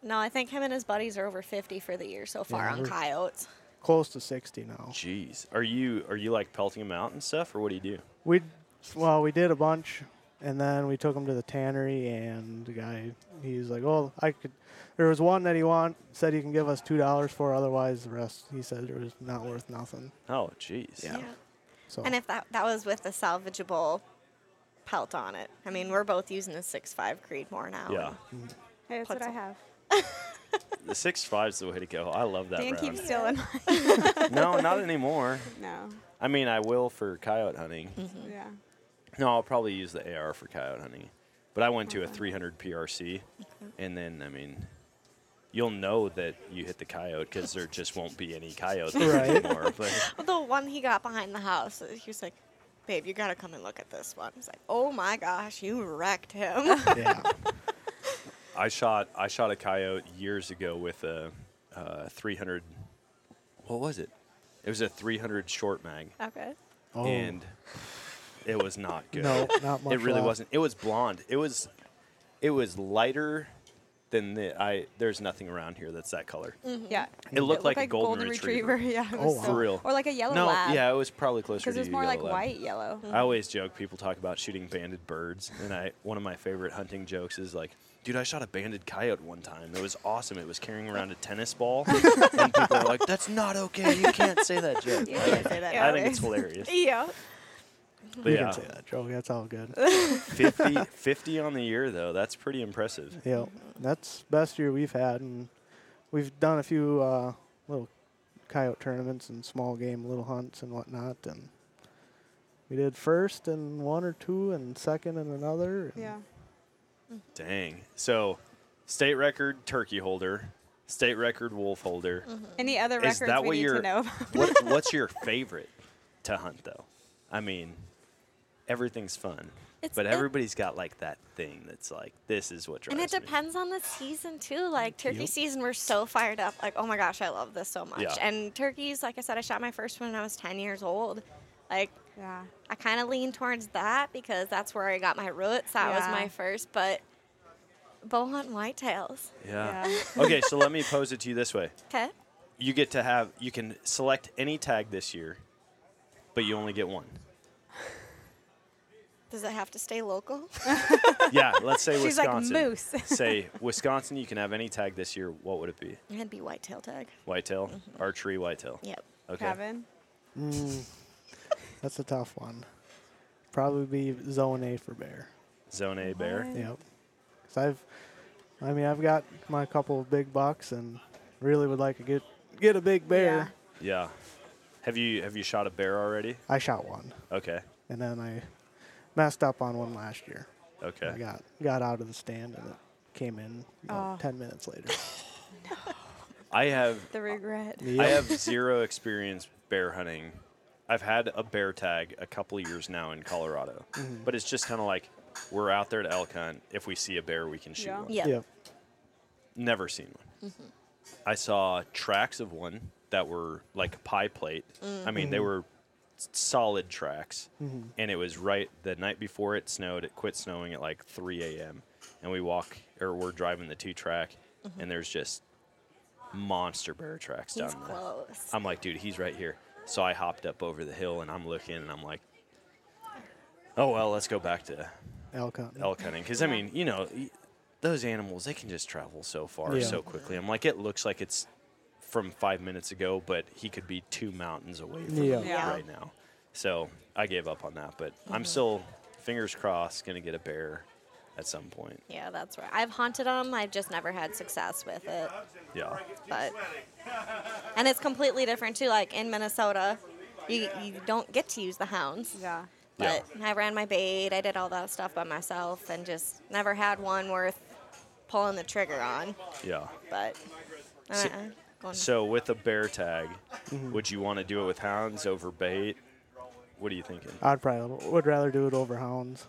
S5: No, I think him and his buddies are over 50 for the year so far
S6: Yeah,
S5: on
S6: we're-
S5: coyotes.
S6: Close to 60 now.
S1: Jeez, are you are you like pelting them out and stuff, or what do you do?
S6: We well, we did a bunch, and then we took him to the tannery, and the guy he's like, "Oh, I could." There was one that he want said he can give us two dollars for, otherwise the rest he said it was not worth nothing.
S1: Oh, jeez.
S6: Yeah. So
S5: And if that, that was with the salvageable pelt on it. I mean, we're both using a 6.5 Creedmoor now.
S1: Yeah,
S7: Hey, that's what I have.
S1: the six five's the way to go. I love that
S7: Dan
S1: round.
S7: keeps stealing mine.
S1: no, not anymore.
S7: No.
S1: I mean, I will for coyote hunting.
S7: Yeah.
S1: No, I'll probably use the AR for coyote hunting. But I went to a 300 PRC, and then I mean, you'll know that you hit the coyote because there just won't be any coyotes
S6: Right.
S1: anymore. But
S5: Well, The one he got behind the house, uh, he was like, babe, you got to come and look at this one. He's like, oh my gosh, you wrecked him.
S6: yeah,
S1: I shot I shot a coyote years ago with a, uh 300. What was it? It was a 300 short mag,
S5: okay.
S6: oh,
S1: and it was not good.
S6: no, not much.
S1: it really
S6: left.
S1: wasn't. It was blonde. It was it was lighter than the I. There's nothing around here that's that color.
S7: Yeah.
S1: It looked like a golden retriever.
S7: Yeah.
S6: Oh,
S7: it was
S6: wow.
S7: Mm-hmm. so-
S1: For real.
S7: Or like a yellow
S1: no,
S7: lab.
S1: yeah, it was probably closer.
S7: Because
S1: to
S7: it was
S1: a
S7: more
S1: yellow
S7: like
S1: lab.
S7: white yellow.
S1: I always joke people talk about shooting banded birds, and I one of my favorite hunting jokes is like, dude, I shot a banded coyote one time. It was awesome. It was carrying around a tennis ball, and people are like, that's not okay. You can't say that joke.
S5: You can't say that.
S1: I think
S5: nowadays.
S1: it's hilarious.
S7: Yeah.
S1: But
S6: You
S1: yeah,
S6: can say that joke. That's all good.
S1: 50, 50 on the year though. That's pretty impressive.
S6: yeah, that's best year we've had, and we've done a few uh, little coyote tournaments and small game little hunts and whatnot, and we did first in one or two, and second in another. and
S7: Yeah.
S1: Dang. So, state record turkey holder, state record wolf holder.
S7: Any other
S1: Is
S7: records
S1: that
S7: we
S1: what
S7: need
S1: you're?
S7: to know about?
S1: what, what's your favorite to hunt though? I mean, everything's fun,
S5: It's-
S1: but
S5: it-
S1: everybody's got like that thing that's like this is what drives
S5: And it
S1: me.
S5: depends on the season too. Like turkey
S1: Yep.
S5: season, we're so fired up. Like, oh my gosh, I love this so much.
S1: Yeah.
S5: And turkeys, like I said, I shot my first one when I was 10 years old. Like,
S7: Yeah.
S5: I kind of lean towards that because that's where I got my roots. That was
S7: Yeah.
S5: my first, but bow hunt whitetails.
S1: Yeah.
S7: Yeah.
S1: okay, so let me pose it to you this way.
S5: Okay.
S1: You get to have you can select any tag this year, but you only get one.
S5: Does it have to stay local?
S1: Yeah, let's say
S7: She's like,
S1: Wisconsin.
S7: "Moose."
S1: say Wisconsin, you can have any tag this year. What would it be?
S5: It'd be whitetail tag.
S1: Whitetail,
S7: Mm-hmm.
S1: archery, whitetail.
S5: Yep.
S1: Okay.
S7: Kevin.
S6: Mm, that's a tough one. Probably be zone A for bear.
S1: Zone A bear.
S7: What?
S6: Yep. Cause I've, I mean, I've got my couple of big bucks, and really would like to get get a big bear.
S1: Yeah. Have you have you shot a bear already?
S6: I shot one,
S1: Okay.
S6: and then I messed up on one last year.
S1: Okay.
S6: I got got out of the stand, and it came in about
S7: Oh.
S6: ten minutes later.
S1: I have
S7: The regret.
S1: I
S6: Yep.
S1: have zero experience bear hunting. I've had a bear tag a couple of years now in Colorado,
S6: Mm-hmm.
S1: but it's just kind of like we're out there to elk hunt. If we see a bear, we can shoot
S7: Yeah.
S1: one.
S5: Yep.
S6: Yep.
S1: Never seen one. I saw tracks of one that were like pie plate. I mean,
S5: Mm-hmm.
S1: they were s- solid tracks, and it was right the night before it snowed. It quit snowing at like 3 a.m. And we walk or we're driving the two track, and there's just monster bear tracks
S5: Mm-hmm. He's
S1: down there.
S5: close.
S1: I'm like, dude, he's right here. So I hopped up over the hill and I'm looking and I'm like, oh, well, let's go back to
S6: Elk hunting.
S1: elk hunting. Because, I mean, you know, y- those animals, they can just travel so far
S6: Yeah.
S1: so quickly. I'm like, it looks like it's from five minutes ago, but he could be two mountains away from
S6: Yeah.
S1: it
S7: Yeah.
S1: right now. So I gave up on that, but
S6: Mm-hmm.
S1: I'm still, fingers crossed, going to get a bear at some point.
S5: Yeah, that's right. I've haunted them. I've just never had success with it.
S1: Yeah.
S5: but and it's completely different too. Like in Minnesota, you you don't get to use the hounds.
S7: Yeah.
S1: Yeah.
S5: But I ran my bait. I did all that stuff by myself, and just never had one worth pulling the trigger on.
S1: Yeah.
S5: But I
S1: So-
S5: went, "Eh, going
S1: So with a bear tag,
S6: Mm-hmm.
S1: would you want to do it with hounds over bait? What are you thinking?
S6: I'd probably would rather do it over hounds.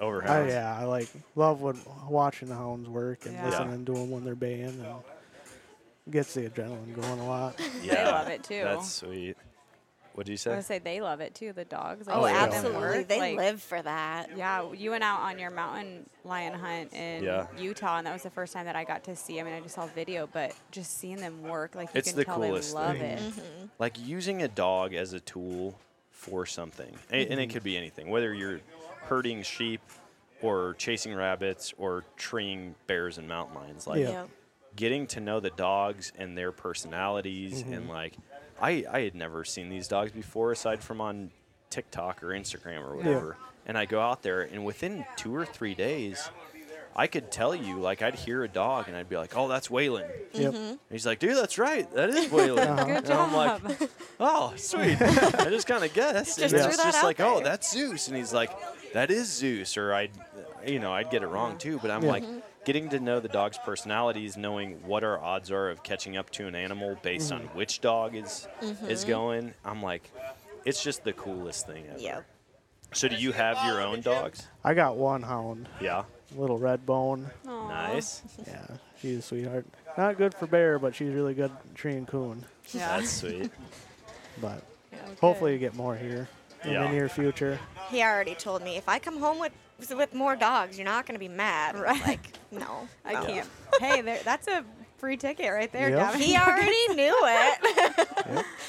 S1: Over
S6: I,
S1: hounds?
S6: Oh, yeah, I like love when, watching the hounds work and
S7: Yeah.
S6: listening to them when they're baying. And gets the adrenaline going a lot.
S1: Yeah,
S7: They love it, too.
S1: That's sweet. What do you
S7: I
S1: say?
S7: would say they love it too. The dogs. Like,
S5: oh,
S6: yeah.
S5: absolutely, they
S7: like,
S5: live for that.
S7: Yeah, you went out on your mountain lion hunt in
S1: Yeah.
S7: Utah, and that was the first time that I got to see. I mean, I just saw video, but just seeing them work, like you
S1: It's
S7: can
S1: the
S7: tell
S1: coolest
S7: they love
S1: thing.
S7: it.
S1: Like using a dog as a tool for something, A- and, it could be anything. Whether you're herding sheep, or chasing rabbits, or treeing bears and mountain lions, like
S6: Yeah.
S5: Yeah.
S1: getting to know the dogs and their personalities and like I, I had never seen these dogs before aside from on TikTok or Instagram or whatever. And I go out there and within two or three days I could tell you like I'd hear a dog and I'd be like, Oh, that's Waylon. And
S7: Mm-hmm.
S6: Yep.
S1: he's like, dude, that's right. That is Waylon.
S7: Good
S1: and I'm like,
S7: job.
S1: Oh, sweet. I just kind of guessed.
S5: Just
S1: and
S5: threw
S1: it's
S5: that
S1: just
S5: out
S1: like, oh,
S5: there.
S1: that's Zeus. And he's like, that is Zeus. Or I'd, you know, I'd get it wrong too. But I'm
S6: Yeah.
S1: like, getting to know the dog's personalities, knowing what our odds are of catching up to an animal based
S6: Mm-hmm.
S1: on which dog is is
S5: Mm-hmm.
S1: going. I'm like, it's just the coolest thing ever.
S5: Yep.
S1: So do you have your own dogs?
S6: I got one hound,
S1: Yeah.
S6: little red bone.
S7: Aw.
S1: Nice.
S6: Yeah, she's a sweetheart. Not good for bear, but she's really good at treeing coon.
S7: Yeah.
S1: That's sweet.
S6: But
S7: Okay.
S6: hopefully you get more here in
S1: Yeah.
S6: the near future.
S5: He already told me if I come home with with more dogs, you're not going to be mad. And I'm Like no,
S7: I
S5: no.
S7: can't. hey, there, that's a free ticket right there,
S6: Yep.
S7: Gavin.
S5: He already knew it.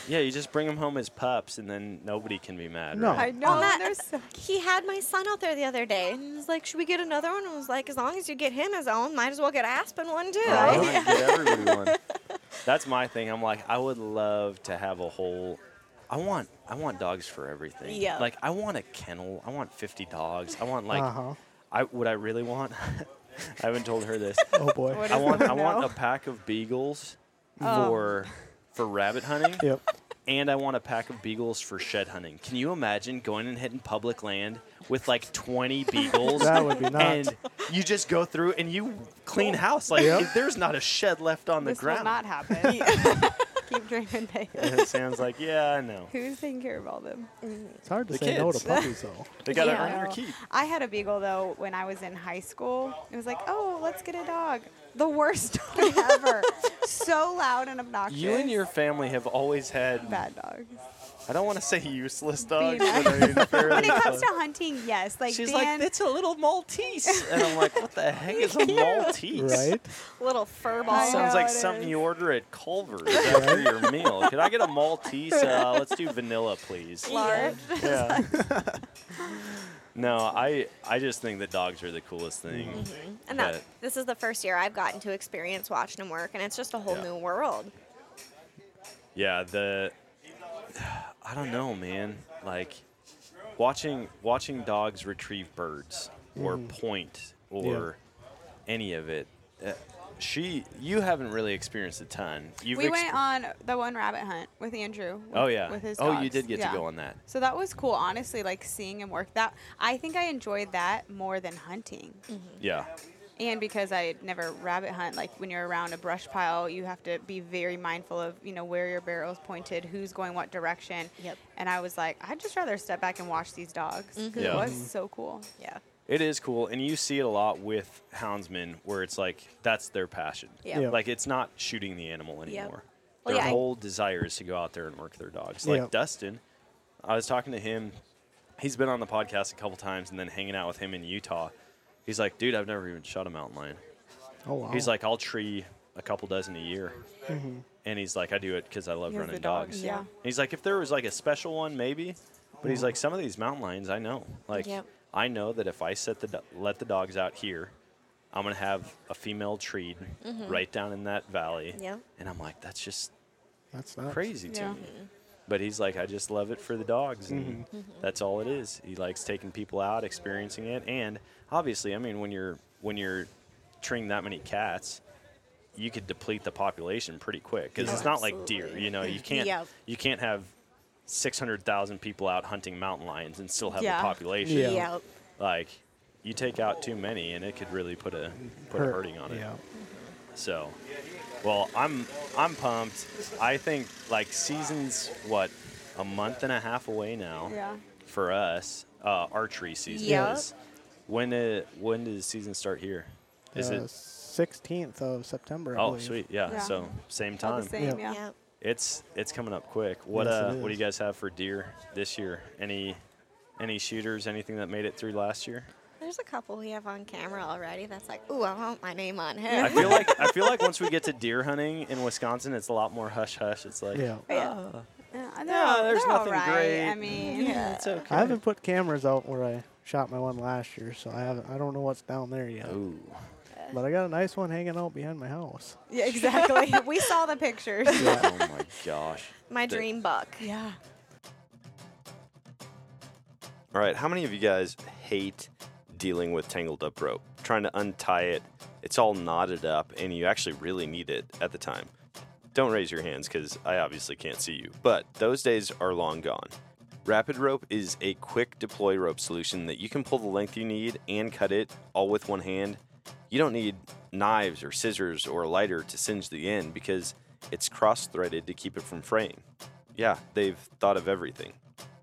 S1: Yeah, you just bring them home as pups, and then nobody can be mad.
S6: No.
S1: Right?
S7: I know.
S5: Well, that-
S7: they're so
S5: he had my son out there the other day and he was like, Should we get another one? I was like, As long as you get him his own, might as well get Aspen one too.
S1: I
S7: Uh-huh.
S1: wanna get everybody one. That's my thing. I'm like, I would love to have a whole I want I want dogs for everything.
S5: Yeah.
S1: Like I want a kennel. I want 50 dogs. I want like
S6: uh-huh.
S1: I what I really want. I haven't told her this.
S6: Oh boy.
S7: What
S1: I
S7: is
S1: want
S7: it
S1: I want
S7: now?
S1: a pack of beagles
S7: Oh.
S1: for for rabbit hunting.
S6: yep.
S1: And I want a pack of beagles for shed hunting. Can you imagine going and hitting public land with like 20 beagles?
S6: That would be nuts.
S1: and you just go through and you clean house. Like
S6: Yep.
S1: if there's not a shed left on the
S7: this
S1: ground.
S7: will not happen. Keep dreaming, babe.
S1: it sounds like yeah, I know.
S7: Who's taking care of all them?
S6: It's hard to
S1: The
S6: say no to
S1: kids.
S6: puppies though.
S1: They gotta
S7: Yeah.
S1: earn their keep.
S7: I had a beagle though when I was in high school. It was like, oh, let's get a dog. The worst dog ever. so loud and obnoxious.
S1: You and your family have always had
S7: bad dogs.
S1: I don't want to say useless dogs,
S7: nice.
S1: but I mean,
S7: When
S1: fairly
S7: it comes
S1: close.
S7: to hunting, yes. Like
S1: She's
S7: Dan,
S1: like, it's a little Maltese, and I'm like, what the heck is a Maltese?
S6: Right?
S5: Little fur
S7: I
S5: ball.
S7: know
S1: Sounds like
S7: it
S1: something
S7: is.
S1: you order at Culver's after your meal. Could I get a Maltese? Uh, let's do vanilla, please.
S5: Large.
S1: Yeah. no, I I just think that dogs are the coolest thing.
S7: Mm-hmm.
S5: And that,
S1: But-
S5: this is the first year I've gotten to experience watching them work, and it's just a whole
S1: Yeah.
S5: new world.
S1: Yeah, the I don't know, man. Like watching watching dogs retrieve birds or
S7: Mm-hmm.
S1: point or any of it. Uh, she you haven't really experienced a ton. You've
S7: we
S1: exper-
S7: went on the one rabbit hunt with Andrew. With,
S1: Oh yeah.
S7: With his
S1: oh, you
S7: dogs.
S1: did get
S7: Yeah.
S1: to go on that.
S7: So that was cool, honestly. Like seeing him work. That I think I enjoyed that more than hunting,
S1: Yeah.
S7: and because I never rabbit hunt. Like when you're around a brush pile, you have to be very mindful of you know where your barrel's pointed, who's going what direction.
S5: Yep.
S7: And I was like, I'd just rather step back and watch these dogs 'cause
S1: Yeah.
S7: it was so cool.
S5: Yeah.
S1: It is cool, and you see it a lot with houndsmen, where it's like that's their passion.
S5: Yeah.
S6: Yeah.
S1: Like it's not shooting the animal anymore. their
S5: Well, yeah, I-
S1: whole desire is to go out there and work their dogs. Like
S6: Yeah.
S1: Dustin, I was talking to him. He's been on the podcast a couple times, and then hanging out with him in Utah. He's like, dude, I've never even shot a mountain lion.
S6: Oh wow.
S1: He's like, I'll tree a couple dozen a year. And he's like, I do it because I love
S7: Because
S1: running
S7: the dogs,
S1: dogs.
S7: yeah.
S1: And he's like, if there was like a special one, maybe. But he's like, some of these mountain lions, I know. Like,
S5: Yep.
S1: I know that if I set the do- let the dogs out here, I'm gonna have a female treed right down in that valley.
S5: Mm-hmm. Yep.
S1: And I'm like, that's just
S6: that's not
S1: crazy to
S7: Yeah.
S1: me. But he's like, I just love it for the dogs, and
S6: Mm-hmm.
S1: that's all it is. He likes taking people out, experiencing it, and obviously, I mean, when you're when you're treating that many cats, you could deplete the population pretty quick because
S5: Oh,
S1: it's not like deer.
S5: absolutely.
S1: You know, you can't
S5: Yeah.
S1: you can't have six hundred thousand people out hunting mountain lions and still have
S7: Yeah.
S1: the population.
S6: Yeah.
S1: Like, you take out too many, and it could really put a put a
S6: Hurt.
S1: hurting on it.
S6: Yeah.
S1: So, well, I'm I'm pumped. I think like season's what a month and a half away now
S7: Yeah.
S1: for us. Uh, archery season
S5: Yeah.
S1: is. When uh, when does season start here? Is it?
S6: Uh, sixteenth of September? I
S1: Oh,
S6: believe.
S1: sweet. Yeah,
S7: Yeah.
S1: So same
S7: All
S1: time.
S7: the same,
S6: Yeah.
S7: yeah.
S5: Yep.
S1: It's it's coming up quick. What
S6: Yes,
S1: uh
S6: it
S1: what do you
S6: is.
S1: guys have for deer this year? Any any shooters? Anything that made it through last year?
S5: There's a couple we have on camera already that's like, ooh, I want my name on him.
S1: I feel like I feel like once we get to deer hunting in Wisconsin, it's a lot more hush hush. It's like
S6: Yeah.
S7: Yeah, they're
S1: Yeah,
S7: all-
S1: there's
S7: they're all
S1: nothing
S7: right.
S1: great.
S7: I mean,
S1: it's okay.
S6: I haven't put cameras out where I shot my one last year, so I haven't. I don't know what's down there yet.
S1: Ooh.
S6: But I got a nice one hanging out behind my house.
S7: yeah, exactly. we saw the pictures.
S1: oh my gosh.
S5: my
S1: The-
S5: dream buck.
S7: Yeah.
S1: All right, how many of you guys hate dealing with tangled up rope? Trying to untie it, it's all knotted up, and you actually really need it at the time. Don't raise your hands because I obviously can't see you, but those days are long gone. Rapid Rope is a quick deploy rope solution that you can pull the length you need and cut it all with one hand. You don't need knives or scissors or a lighter to singe the end because it's cross threaded to keep it from fraying. Yeah, they've thought of everything.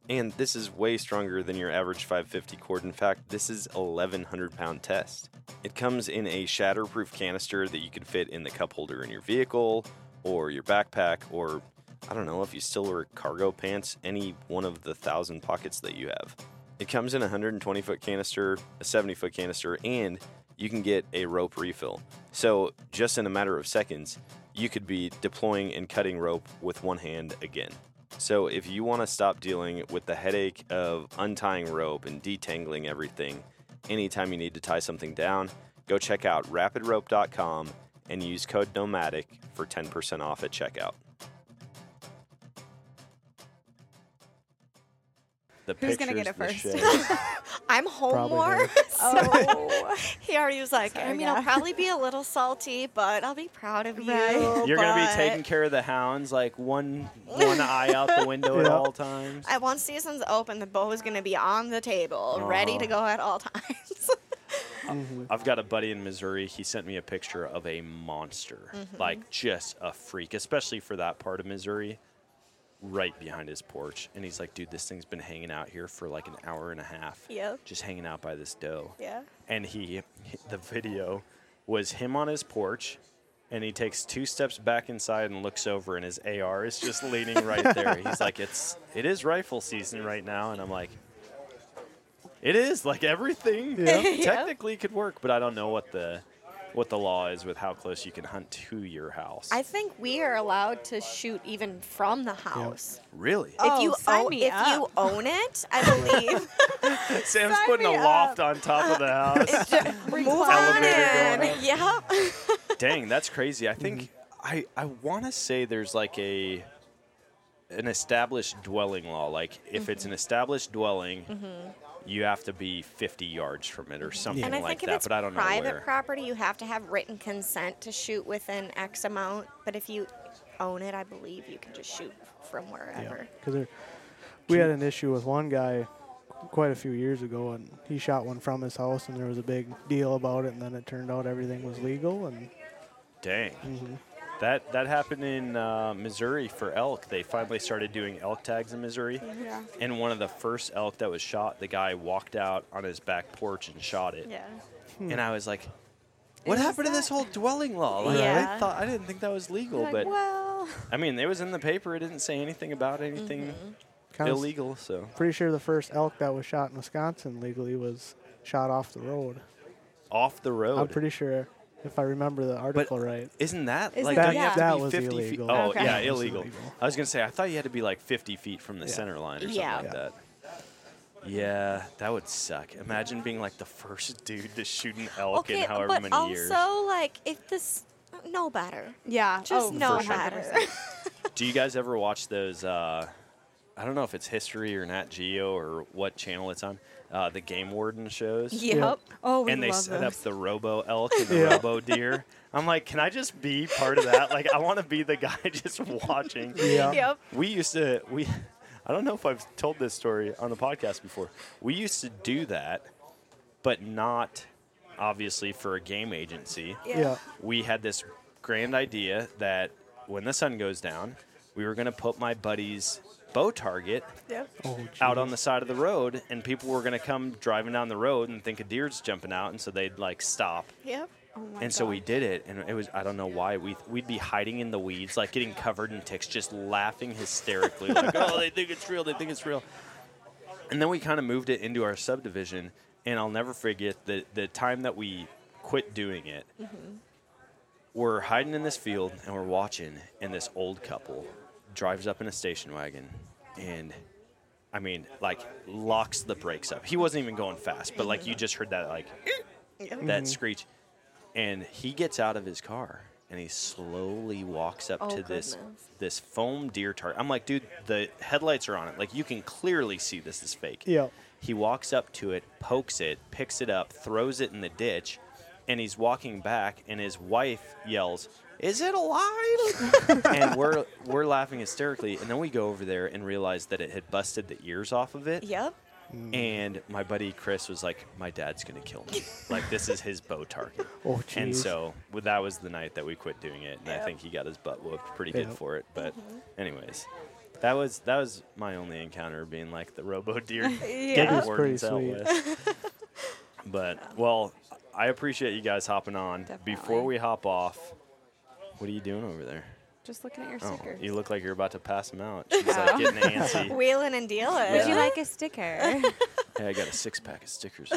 S1: And this is way stronger than your average 550 cord. In fact, this is 1100 pound test. It comes in a shatterproof canister that you could fit in the cup holder in your vehicle or your backpack or I don't know if you still wear cargo pants, any one of the thousand pockets that you have. It comes in a 120 foot canister, a 70 foot canister, and you can get a rope refill. So, just in a matter of seconds, you could be deploying and cutting rope with one hand again. So, if you want to stop dealing with the headache of untying rope and detangling everything, anytime you need to tie something down, go check out rapidrope.com and use code NOMADIC for 10% off at checkout. The
S7: Who's gonna
S1: pictures,
S7: get it
S1: the
S7: first?
S1: shit.
S5: I'm home
S6: Probably
S5: more.
S6: her.
S7: Oh,
S5: he already was like, I
S7: Sorry,
S5: mean,
S7: yeah.
S5: I'll probably be a little salty, but I'll be proud of you.
S7: Right.
S1: You're gonna be
S5: but
S1: taking care of the hounds, like one one eye out the window at
S6: Yeah.
S1: all times.
S5: I- once season's open, the bow is going to be on the table, ready to
S1: Aw.
S5: go at all times.
S1: I've got a buddy in Missouri. He sent me a picture of a monster, like just a freak, especially for that part of Missouri, right behind his porch. And he's like, dude, this thing's been hanging out here for like an hour and a half.
S5: Yeah.
S1: Just hanging out by this doe.
S5: yeah.
S1: And he, the video was him on his porch. And he takes two steps back inside and looks over, and his AR is just leaning right there. He's like, "It's it is rifle season right now," and I'm like, "It is like everything
S6: Yeah. Yeah.
S1: technically could work, but I don't know what the what the law is with how close you can hunt to your house."
S5: I think we are allowed to shoot even from the house.
S1: really,
S7: Oh,
S5: If you
S7: sign
S5: own,
S7: me
S5: if you
S7: up.
S5: own it, I believe.
S1: Sam's
S7: sign
S1: putting a
S7: me
S1: loft on top of the house.
S5: Move on
S1: Elevator
S5: in.
S1: going up.
S5: Yep.
S1: Dang, that's crazy. I think I I want to say there's like a an established dwelling law. Like if it's
S5: Mm-hmm.
S1: an established dwelling, you have to be 50 yards from it or something
S5: Mm-hmm. And I
S1: like
S5: think if
S1: that.
S5: it's
S1: But I don't know
S5: private
S1: where.
S5: property, you have to have written consent to shoot within X amount. But if you own it, I believe you can just shoot from wherever.
S6: Because we had an issue with one guy quite a few years ago, and he shot one from his house, and there was a big deal about it, and then it turned out everything was legal, and
S1: Dang. That that happened in uh, Missouri for elk. They finally started doing elk tags in Missouri.
S5: Mm-hmm.
S7: yeah.
S1: And one of the first elk that was shot, the guy walked out on his back porch and shot it.
S5: Yeah.
S1: And I was like, what
S7: Is
S1: happened to this
S7: that-
S1: whole dwelling law? Like, I
S5: Yeah.
S1: thought I didn't think that was legal,
S7: Like,
S1: but
S7: well,
S1: I mean, it was in the paper. It didn't say anything about anything
S6: kind of
S1: illegal. So
S6: pretty sure the first elk that was shot in Wisconsin legally was shot off the road.
S1: off the road.
S6: I'm pretty sure, if I remember the article right.
S1: Isn't that
S7: Isn't
S1: like
S7: that-
S1: don't you have to
S6: That
S1: be
S6: was
S1: 50
S6: illegal.
S1: feet? Oh
S7: Okay.
S1: yeah,
S6: That was
S1: illegal.
S6: illegal.
S1: I was gonna say I thought you had to be like 50 feet from the center line or something
S5: Yeah.
S1: like
S5: Yeah.
S1: that. Yeah, that would suck. Imagine being like the first dude to shoot an elk in
S5: Okay,
S1: however
S5: but
S1: many
S5: also
S1: years.
S5: like if this, no better.
S7: yeah.
S5: Just
S7: oh,
S5: know
S1: for sure.
S5: better.
S1: Do you guys ever watch those? Uh, I don't know if it's History or Nat Geo or what channel it's on. Uh, the Game Warden shows.
S7: Yep. Oh, we
S1: and they
S7: love
S1: set
S7: those.
S1: up the robo elk and the
S6: Yeah.
S1: robo deer. I'm like, can I just be part of that? Like, I want to be the guy just watching.
S6: Yeah.
S5: Yep.
S1: We used to we, I don't know if I've told this story on the podcast before. We used to do that, but not obviously for a game agency
S6: Yeah.
S1: we had this grand idea that when the sun goes down, we were going to put my buddy's bow target
S6: Oh,
S1: out
S6: geez.
S1: on the side of the road, and people were going to come driving down the road and think a deer's jumping out, and so they'd like stop.
S5: Yep.
S7: Oh my
S1: and so we
S7: God.
S1: did it, and it was I don't know why we we'd be hiding in the weeds, like getting covered in ticks, just laughing hysterically, like oh they think it's real, they think it's real. And then we kind of moved it into our subdivision, and I'll never forget the the time that we quit doing it.
S7: Mm-hmm.
S1: We're hiding in this field and we're watching, and this old couple drives up in a station wagon, and I mean like locks the brakes up. He wasn't even going fast, but like you just heard that like
S5: Mm-hmm.
S1: that screech. And he gets out of his car and he slowly walks up
S5: Oh,
S1: to this
S5: goodness.
S1: this foam deer target. I'm like, dude, the headlights are on it. Like you can clearly see this is fake.
S6: Yeah.
S1: He walks up to it, pokes it, picks it up, throws it in the ditch, and he's walking back and his wife yells, "Is it alive?" and we're we're laughing hysterically and then we go over there and realize that it had busted the ears off of it.
S5: Yep.
S6: Mm.
S1: And my buddy Chris was like, "My dad's gonna kill me. like this is his bow target."
S6: Oh,
S1: And
S6: jeez.
S1: so well, that was the night that we quit doing it, and I think he got his butt whooped pretty good
S6: Yep. Mm-hmm.
S1: for it. But, anyways, that was that was my only encounter being like the Robo Deer getting
S6: That's
S1: wardens out
S6: pretty
S1: with. But well, I appreciate you guys hopping on. Before
S7: Definitely.
S1: we hop off, what are you doing over there?
S7: Just looking at your
S1: Oh,
S7: stickers.
S1: you look like you're about to pass them out. She's like getting antsy.
S5: Wheeling and dealing.
S1: Would
S7: Would
S1: you
S7: you
S1: Yeah.
S7: like a sticker?
S1: Hey, I got a six pack of stickers.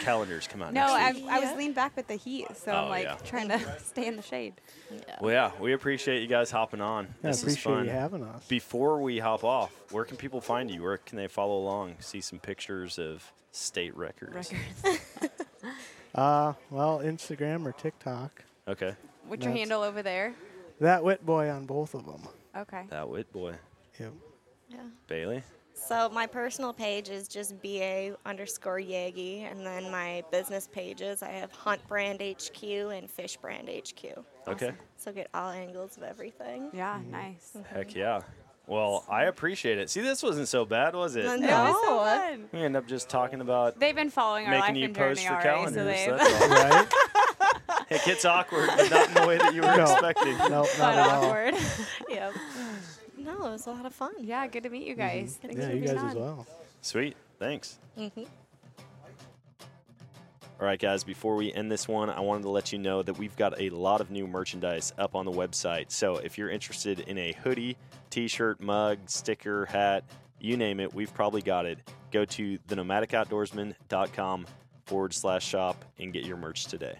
S1: Calendars come out
S7: no,
S1: next week.
S7: I, I was
S5: Yeah.
S7: leaned back with the heat, so
S1: Oh,
S7: I'm like
S1: yeah.
S7: trying to stay in the shade.
S1: Well, yeah, we appreciate you guys hopping on.
S6: I
S1: this is
S6: appreciate
S1: fun.
S6: you having us.
S1: Before we hop off, where can people find you? Where can they follow along? See some pictures of state records.
S6: Uh, well, Instagram or TikTok.
S1: Okay,
S7: What's your
S6: That's-
S7: handle over there?
S6: That wit boy on both of them.
S7: Okay.
S1: that wit boy.
S6: Yep.
S5: Yeah.
S1: Bailey?
S5: So my personal page is just ba underscore yagi, and then my business pages I have Hunt Brand HQ and Fish Brand HQ.
S1: Okay.
S5: So get all angles of everything.
S7: Yeah,
S1: Mm-hmm.
S7: nice.
S1: Heck yeah. Well, I appreciate it. See, this wasn't so bad, was it?
S5: No.
S7: That was so
S5: No.
S7: fun.
S1: We end up just talking about
S7: Oh. They've been following our
S1: making
S7: life
S1: you
S7: and
S1: post
S7: journey
S1: for
S7: already,
S1: calendars.
S7: so they've.
S1: That's all.
S6: Right?
S1: it gets awkward, but not in the way that you were
S6: No.
S1: expecting.
S6: no, not
S7: But
S6: at all.
S7: awkward.
S5: Yep. No, it was a lot of fun.
S7: yeah, good to meet
S1: Mm-hmm.
S7: you guys. Thanks
S6: Yeah,
S7: for
S6: you
S7: being
S6: guys
S7: on.
S6: as well.
S1: Sweet. Thanks.
S5: Mm-hmm.
S1: All right, guys, before we end this one, I wanted to let you know that we've got a lot of new merchandise up on the website. So if you're interested in a hoodie, t shirt, mug, sticker, hat, you name it, we've probably got it. Go to thenomadicoutdoorsman.com forward slash shop and get your merch today.